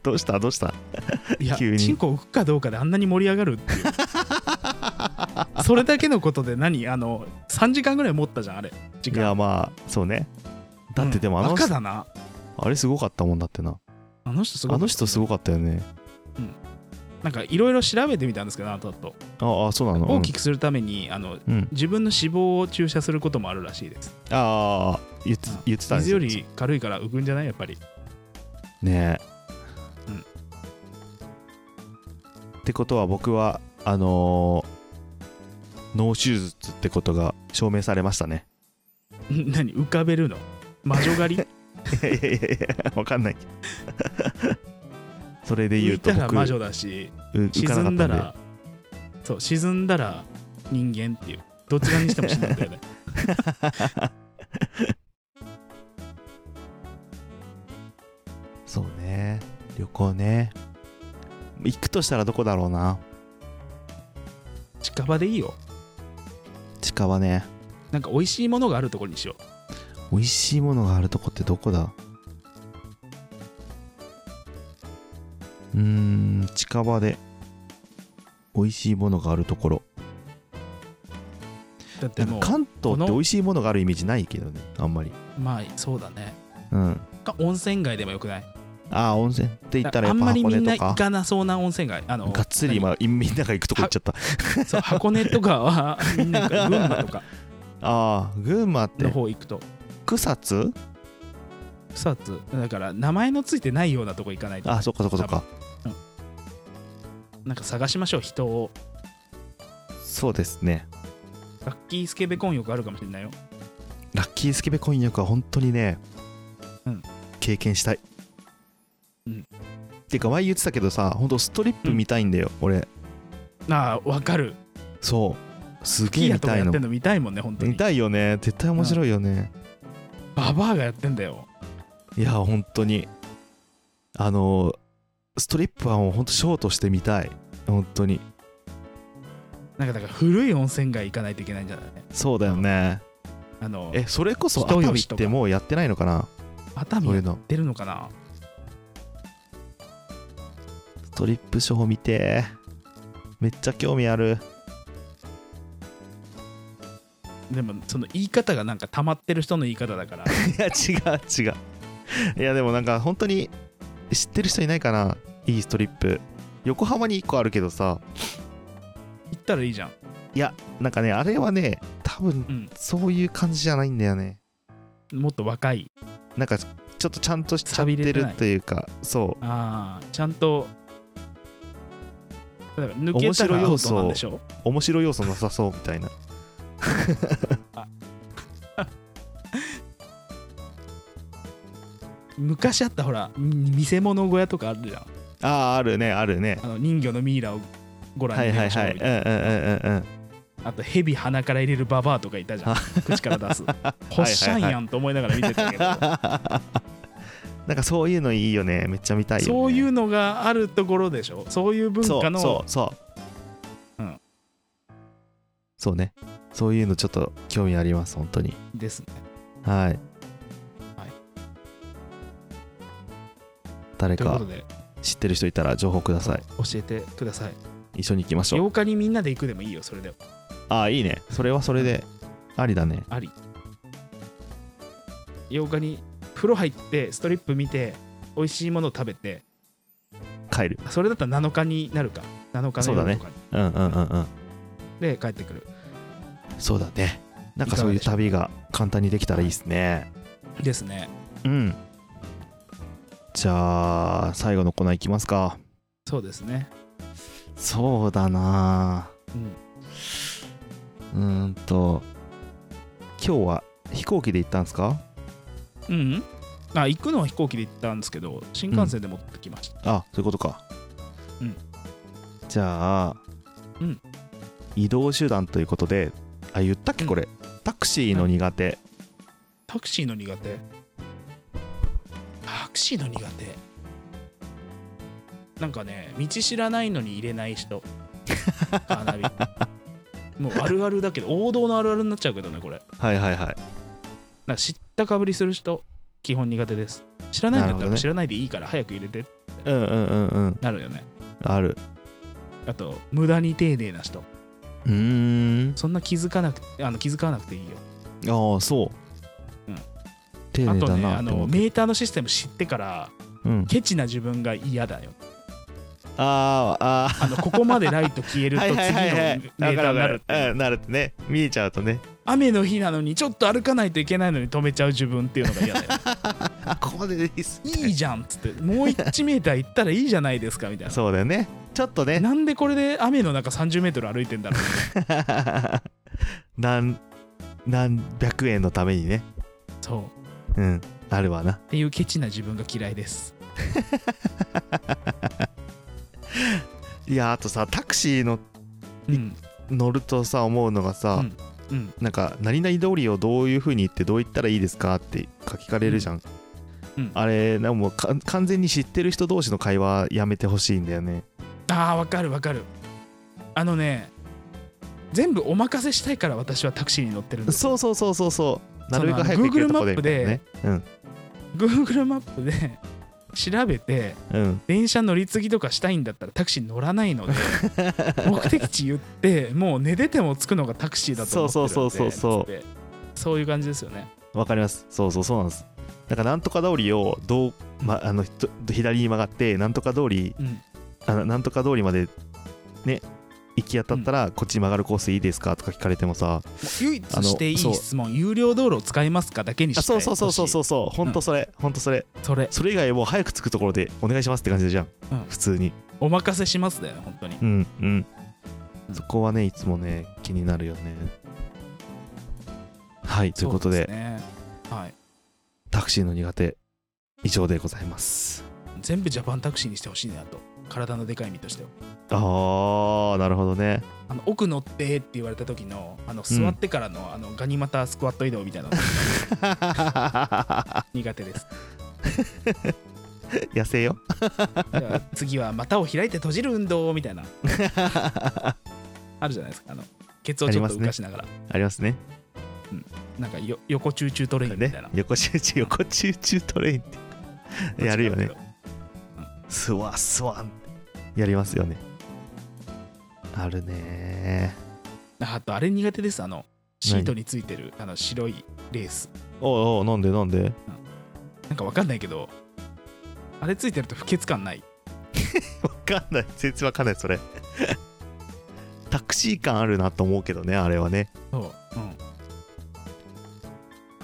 [SPEAKER 2] どうしたどうした
[SPEAKER 1] いや
[SPEAKER 2] 急に
[SPEAKER 1] チンコ浮くかどうかであんなに盛り上が るっていうそれだけのことで何あの3時間ぐらい持ったじゃんあれ時
[SPEAKER 2] い
[SPEAKER 1] 間
[SPEAKER 2] やまあそうねだってでもあ
[SPEAKER 1] うん
[SPEAKER 2] の
[SPEAKER 1] バカ
[SPEAKER 2] 人、
[SPEAKER 1] だな
[SPEAKER 2] あれすごかったもんだってな
[SPEAKER 1] あの人すごい
[SPEAKER 2] あの人すごかったよね
[SPEAKER 1] なんかいろいろ調べてみたんですけどあとあと
[SPEAKER 2] ああそうなの
[SPEAKER 1] 大きくするためにあの
[SPEAKER 2] うん、うん
[SPEAKER 1] 自分の脂肪を注射することもあるらしいです。
[SPEAKER 2] ああ言って言ってたんです
[SPEAKER 1] 水より軽いから浮くんじゃないやっぱり。
[SPEAKER 2] ね
[SPEAKER 1] う
[SPEAKER 2] え、
[SPEAKER 1] ん
[SPEAKER 2] ってことは僕はあのー脳手術ってことが証明されましたね
[SPEAKER 1] ん 何浮かべるの魔女狩り
[SPEAKER 2] いやいやいやわかんないけど それで
[SPEAKER 1] 浮
[SPEAKER 2] 言う
[SPEAKER 1] い
[SPEAKER 2] と
[SPEAKER 1] たら
[SPEAKER 2] 僕
[SPEAKER 1] 魔女だし、
[SPEAKER 2] う浮かな
[SPEAKER 1] 沈
[SPEAKER 2] か
[SPEAKER 1] ん
[SPEAKER 2] った
[SPEAKER 1] だ
[SPEAKER 2] んで
[SPEAKER 1] ら、そう、沈んだら人間っていう。どちらにしても死ぬんだ よね。
[SPEAKER 2] そうね旅行ね行くとしたらどこだろうな
[SPEAKER 1] 近場でいいよ。
[SPEAKER 2] 近場ね
[SPEAKER 1] なんか美味しいものがあるところにしよ
[SPEAKER 2] 美味しいものがあるとこってどこだうーん近場で美味しいものがあるところ
[SPEAKER 1] う。だって
[SPEAKER 2] なん
[SPEAKER 1] もう
[SPEAKER 2] か、関東
[SPEAKER 1] こ
[SPEAKER 2] っ
[SPEAKER 1] の
[SPEAKER 2] て美味しいものがあるイメージないけどねあんまり
[SPEAKER 1] まあそうだね。
[SPEAKER 2] うん
[SPEAKER 1] か温泉街でもよくない
[SPEAKER 2] ああ温泉って言ったら
[SPEAKER 1] あ
[SPEAKER 2] やっ
[SPEAKER 1] ん
[SPEAKER 2] ぱ
[SPEAKER 1] まり
[SPEAKER 2] 箱
[SPEAKER 1] み
[SPEAKER 2] 根
[SPEAKER 1] んな
[SPEAKER 2] と
[SPEAKER 1] 行
[SPEAKER 2] か
[SPEAKER 1] かなそうな温泉街。あの
[SPEAKER 2] がっつり今みんなが行くとこ行っちゃった
[SPEAKER 1] 何そう箱根とか はみんな行く群馬とか
[SPEAKER 2] ああ群馬っ
[SPEAKER 1] の
[SPEAKER 2] て
[SPEAKER 1] 方行くと。
[SPEAKER 2] 草津
[SPEAKER 1] 草津だから名前のついてないようなとこ行かないと
[SPEAKER 2] あそっかそっかそっか
[SPEAKER 1] なんか探しましょう人を
[SPEAKER 2] そうですね
[SPEAKER 1] ラッキースケベ婚欲あるかもしれないよ
[SPEAKER 2] ラッキースケベ婚約は本当にね、
[SPEAKER 1] うん
[SPEAKER 2] 経験したい、
[SPEAKER 1] うん
[SPEAKER 2] てか前言ってたけどさ本当ストリップ見たいんだよ、俺
[SPEAKER 1] ああわかる
[SPEAKER 2] そうす
[SPEAKER 1] キー
[SPEAKER 2] げえ
[SPEAKER 1] ヤ
[SPEAKER 2] 見
[SPEAKER 1] とか
[SPEAKER 2] たい
[SPEAKER 1] やっ
[SPEAKER 2] の
[SPEAKER 1] てんの見たいもんね本当
[SPEAKER 2] 見
[SPEAKER 1] に
[SPEAKER 2] たいよね絶対面白いよね、
[SPEAKER 1] ババアがやってんだよ
[SPEAKER 2] いや本当にあのストリップはもう本当ショーとして見たい本当に
[SPEAKER 1] なんかだから古い温泉街行かないといけないんじゃない
[SPEAKER 2] そうだよね、
[SPEAKER 1] あの
[SPEAKER 2] えそれこそ
[SPEAKER 1] 人
[SPEAKER 2] 熱海
[SPEAKER 1] 吉
[SPEAKER 2] っ
[SPEAKER 1] とか
[SPEAKER 2] てもうやってないのかな
[SPEAKER 1] 熱海
[SPEAKER 2] そうい
[SPEAKER 1] や
[SPEAKER 2] うの
[SPEAKER 1] ってるのかな
[SPEAKER 2] ストリップショー見てめっちゃ興味ある
[SPEAKER 1] でもその言い方がなんか溜まってる人の言い方 だから
[SPEAKER 2] いや違う違うい やでもなんか本当に知ってる人いないかないいストリップ横浜に1個あるけどさ
[SPEAKER 1] 行ったらいいじゃん
[SPEAKER 2] なんかねあれはね多分
[SPEAKER 1] うん
[SPEAKER 2] そういう感じじゃないんだよね
[SPEAKER 1] もっと若い
[SPEAKER 2] なんかちょっとちゃんとしちゃっ
[SPEAKER 1] 寂
[SPEAKER 2] て
[SPEAKER 1] れて
[SPEAKER 2] る
[SPEAKER 1] ない
[SPEAKER 2] というかそ
[SPEAKER 1] ああちゃんとだから抜
[SPEAKER 2] 面
[SPEAKER 1] けた
[SPEAKER 2] 白
[SPEAKER 1] ら
[SPEAKER 2] い
[SPEAKER 1] ア
[SPEAKER 2] 要
[SPEAKER 1] ウ
[SPEAKER 2] 素
[SPEAKER 1] トなんでしょ
[SPEAKER 2] う面白い要素なさそうみたいな
[SPEAKER 1] 昔あったほらん見せ物小屋とかあるじゃん
[SPEAKER 2] あああるねあるね
[SPEAKER 1] あの人魚のミイラをご覧
[SPEAKER 2] は
[SPEAKER 1] に
[SPEAKER 2] い
[SPEAKER 1] なり
[SPEAKER 2] はい
[SPEAKER 1] ましょうみ
[SPEAKER 2] はいうん
[SPEAKER 1] たいな
[SPEAKER 2] うんうんうんうん
[SPEAKER 1] あと蛇鼻から入れるババアとかいたじゃん口から出すほっしゃんやんと思いながら見てたけど、
[SPEAKER 2] なんかそういうのいいよねめっちゃ見たいよ、ね、
[SPEAKER 1] そういうのがあるところでしょそういう文化の
[SPEAKER 2] そうそうそう、
[SPEAKER 1] うん
[SPEAKER 2] そうねそういうのちょっと興味あります本当に
[SPEAKER 1] ですね
[SPEAKER 2] はい、
[SPEAKER 1] はい
[SPEAKER 2] 誰
[SPEAKER 1] というこ
[SPEAKER 2] か
[SPEAKER 1] とで
[SPEAKER 2] 知ってる人いたら情報ください
[SPEAKER 1] 教えてください
[SPEAKER 2] 一緒に行きましょう
[SPEAKER 1] 8日にみんなで行くでもいいよそれでは
[SPEAKER 2] ああいいねそれはそれでありだね
[SPEAKER 1] あり8日に風呂入ってストリップ見て美味しいもの食べて
[SPEAKER 2] 帰る
[SPEAKER 1] それだったら7日になるか7日の夜とかに、
[SPEAKER 2] うんうんうんうん
[SPEAKER 1] で帰ってくる
[SPEAKER 2] そうだねなんかそういう
[SPEAKER 1] いか
[SPEAKER 2] 旅が簡単にできたらいいですね
[SPEAKER 1] ですね
[SPEAKER 2] うんじゃあ最後のコーナーいきますか
[SPEAKER 1] そうですね
[SPEAKER 2] そうだな
[SPEAKER 1] うん
[SPEAKER 2] うーんと今日は飛行機で行ったんですか
[SPEAKER 1] うんあ行くのは飛行機で行ったんですけど新幹線で持ってきました、
[SPEAKER 2] あそういうことか
[SPEAKER 1] うん
[SPEAKER 2] じゃあ、
[SPEAKER 1] うん
[SPEAKER 2] 移動手段ということであ言ったっけ
[SPEAKER 1] うん
[SPEAKER 2] これ、タクシーの苦手
[SPEAKER 1] タクシーの苦手タクシーの苦手なんかね道知らないのに入れない人花火 もうあるあるだけど王道のあるあるになっちゃうけどねこれ
[SPEAKER 2] はいはいはい
[SPEAKER 1] なんか知ったかぶりする人基本苦手です知らないんだっ
[SPEAKER 2] な
[SPEAKER 1] た
[SPEAKER 2] る
[SPEAKER 1] ら
[SPEAKER 2] ほどね
[SPEAKER 1] 知らないでいいから早く入れてって
[SPEAKER 2] うんうんうんうん
[SPEAKER 1] なるよね
[SPEAKER 2] ある
[SPEAKER 1] あと無駄に丁寧な人
[SPEAKER 2] うーん
[SPEAKER 1] そんな気づかなくあの気づかなくていいよ
[SPEAKER 2] ああそう、
[SPEAKER 1] うん
[SPEAKER 2] 丁寧
[SPEAKER 1] あと
[SPEAKER 2] だ
[SPEAKER 1] ね
[SPEAKER 2] な
[SPEAKER 1] あ
[SPEAKER 2] って
[SPEAKER 1] の
[SPEAKER 2] 思う
[SPEAKER 1] メーターのシステム知ってから
[SPEAKER 2] うん、
[SPEAKER 1] ケチな自分が嫌だよ
[SPEAKER 2] あーあー
[SPEAKER 1] あのここまでライト消えると
[SPEAKER 2] はい
[SPEAKER 1] 次の
[SPEAKER 2] は
[SPEAKER 1] メ
[SPEAKER 2] いはいはい
[SPEAKER 1] ーターになるって
[SPEAKER 2] わかわかうんなるってね見えちゃうとね
[SPEAKER 1] 雨の日なのにちょっと歩かないといけないのに止めちゃう自分っていうのが嫌だよ
[SPEAKER 2] あここまででいいっ す
[SPEAKER 1] いいじゃんっつってもう1メーター行ったらいいじゃないですかみ たいな
[SPEAKER 2] そうだよねちょっとね
[SPEAKER 1] なんでこれで雨の中30メートル歩いてんだろう
[SPEAKER 2] 何何百円のためにね
[SPEAKER 1] そう
[SPEAKER 2] うんあるわな
[SPEAKER 1] っていうケチな自分が嫌いです
[SPEAKER 2] いやあとさタクシーの
[SPEAKER 1] うん
[SPEAKER 2] 乗るとさ思うのが
[SPEAKER 1] う
[SPEAKER 2] さ、
[SPEAKER 1] ん
[SPEAKER 2] なんか何々通りをどういう風に行ってどう行ったらいいですかって書きかれるじゃん、
[SPEAKER 1] うん
[SPEAKER 2] あれなんかもうか完全に知ってる人同士の会話やめてほしいんだよね
[SPEAKER 1] あーわかるわかるあのね全部お任せしたいから私はタクシーに乗ってるんです
[SPEAKER 2] そうそうそうそうそうなるべく早く
[SPEAKER 1] そう
[SPEAKER 2] 行けると
[SPEAKER 1] なの
[SPEAKER 2] こで
[SPEAKER 1] Google マップで
[SPEAKER 2] ねうん
[SPEAKER 1] Google マップで調べて
[SPEAKER 2] うん
[SPEAKER 1] 電車乗り継ぎとかしたいんだったらタクシーに乗らない ので目的地言ってもう寝てても着くのがタクシーだと思ってるんで
[SPEAKER 2] そうそうそうそ
[SPEAKER 1] つ
[SPEAKER 2] う
[SPEAKER 1] ってそういう感じですよね
[SPEAKER 2] わかりますそうそうそうなんですだからなんとか通りをどう、ま、あのひと左に曲がってなんとか通り
[SPEAKER 1] うん
[SPEAKER 2] あのなんとか通りまでね行き当たったら、こっちに曲がるコースいいですかとか聞かれてもさ
[SPEAKER 1] 唯一していい
[SPEAKER 2] あのそう
[SPEAKER 1] 質問有料道路を使いますかだけにし
[SPEAKER 2] あ
[SPEAKER 1] て
[SPEAKER 2] そうそうそうそうそううそうほんとそれ、ほんとそれ
[SPEAKER 1] それ
[SPEAKER 2] それ以外もう早く着くところでお願いしますって感じじゃん、
[SPEAKER 1] うん
[SPEAKER 2] 普通に
[SPEAKER 1] お任せしますだよね本当に
[SPEAKER 2] うんうん、
[SPEAKER 1] うん
[SPEAKER 2] そこはねいつもね気になるよねはいということで
[SPEAKER 1] そうすねはい
[SPEAKER 2] タクシーの苦手以上でございます
[SPEAKER 1] 全部ジャパンタクシーにしてほしいなと体のでかい身としては
[SPEAKER 2] あーなるほど ね
[SPEAKER 1] あの奥乗ってって言われた時のあの座ってからの,、あのガニ股スクワット移動みたいなの苦手です
[SPEAKER 2] 痩せよ
[SPEAKER 1] だから次は股を開いて閉じる運動み たいな
[SPEAKER 2] あ
[SPEAKER 1] あるじゃないですかあのケツをちょっと浮かしながら、
[SPEAKER 2] りますね
[SPEAKER 1] なんかよ横中中トレーニングみたい
[SPEAKER 2] ね
[SPEAKER 1] な、
[SPEAKER 2] 横集中横集中トレイン ってやるよねスワスワンやりますよねあるね
[SPEAKER 1] あとあれ苦手ですあのシートについてるあの白いレース
[SPEAKER 2] おうおうなんでなんで
[SPEAKER 1] なんかわかんないけどあれついてると不潔感ない
[SPEAKER 2] わかんない全然わかんないそれ タクシー感あるなと思うけどねあれはね
[SPEAKER 1] そう、うん、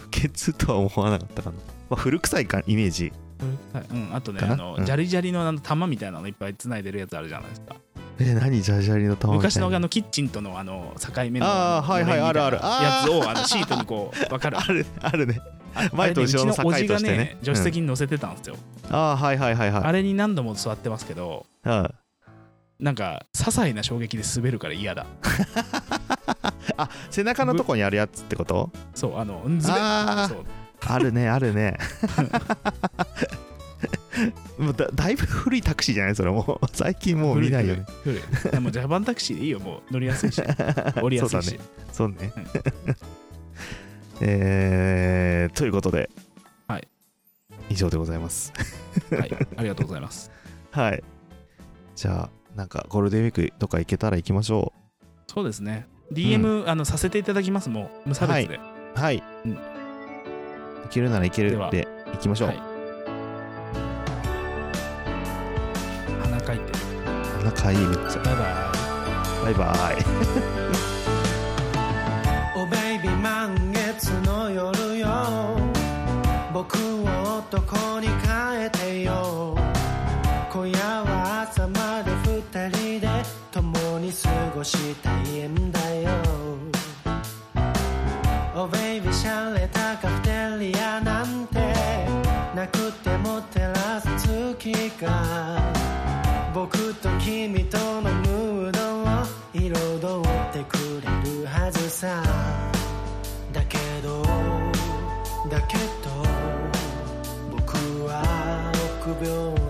[SPEAKER 2] 不潔とは思わなかったかな、まあ、古臭いかイメージ
[SPEAKER 1] はいうん、あとね
[SPEAKER 2] かな
[SPEAKER 1] あの、
[SPEAKER 2] うん
[SPEAKER 1] ジャリジャリのあの玉みたいなのいっぱい繋いでるやつあるじゃないですか
[SPEAKER 2] え何ジャリジャリの玉みたいな
[SPEAKER 1] 昔のあのキッチンとのあの境目の
[SPEAKER 2] あーはいはい
[SPEAKER 1] のれんみたな
[SPEAKER 2] あるあるあー
[SPEAKER 1] やつをあのシートにこう分かる
[SPEAKER 2] あるあるね前
[SPEAKER 1] あれね
[SPEAKER 2] と
[SPEAKER 1] うち
[SPEAKER 2] 後ろの境と
[SPEAKER 1] お
[SPEAKER 2] してね
[SPEAKER 1] じがね
[SPEAKER 2] うん
[SPEAKER 1] 助手席に乗せてたんですよ、
[SPEAKER 2] ああはいはいはいはい
[SPEAKER 1] あれに何度も座ってますけど
[SPEAKER 2] うん
[SPEAKER 1] なんか些細な衝撃で滑るから嫌だ
[SPEAKER 2] あ背中のとこにあるやつってこと
[SPEAKER 1] そうあのずれ
[SPEAKER 2] あー
[SPEAKER 1] そう
[SPEAKER 2] あるねあ るねもうだだいぶ古いタクシーじゃないそれも う最近もう見ないよね
[SPEAKER 1] 古い古いでもジャパンタクシーでいいよもう乗りやす いし降りやすい
[SPEAKER 2] そう
[SPEAKER 1] し、
[SPEAKER 2] だそうね
[SPEAKER 1] うん。
[SPEAKER 2] えー、ということで、
[SPEAKER 1] はい、
[SPEAKER 2] 以上でござ います。
[SPEAKER 1] はいありがとうございます
[SPEAKER 2] はい。じゃあ、なんかゴールデンウィークとか行けたら行きましょ
[SPEAKER 1] そうですね DM、あのさせていただきますもう無差別で、
[SPEAKER 2] う。はい。
[SPEAKER 1] うん
[SPEAKER 2] 行けるなら行ける
[SPEAKER 1] では
[SPEAKER 2] で行きましょう。
[SPEAKER 1] はい鼻かいてる
[SPEAKER 2] 仲いいめっちゃ。
[SPEAKER 1] バイバイ
[SPEAKER 2] バイバイ。
[SPEAKER 3] Oh baby 満月の夜よ僕を男に変えてよ今夜は朝まで二人で共に過ごしたいんだよ Oh baby シャレたカフテリアなんてなくても照らす月が僕と君とのムードを彩ってくれるはずさだけどだけど僕は臆病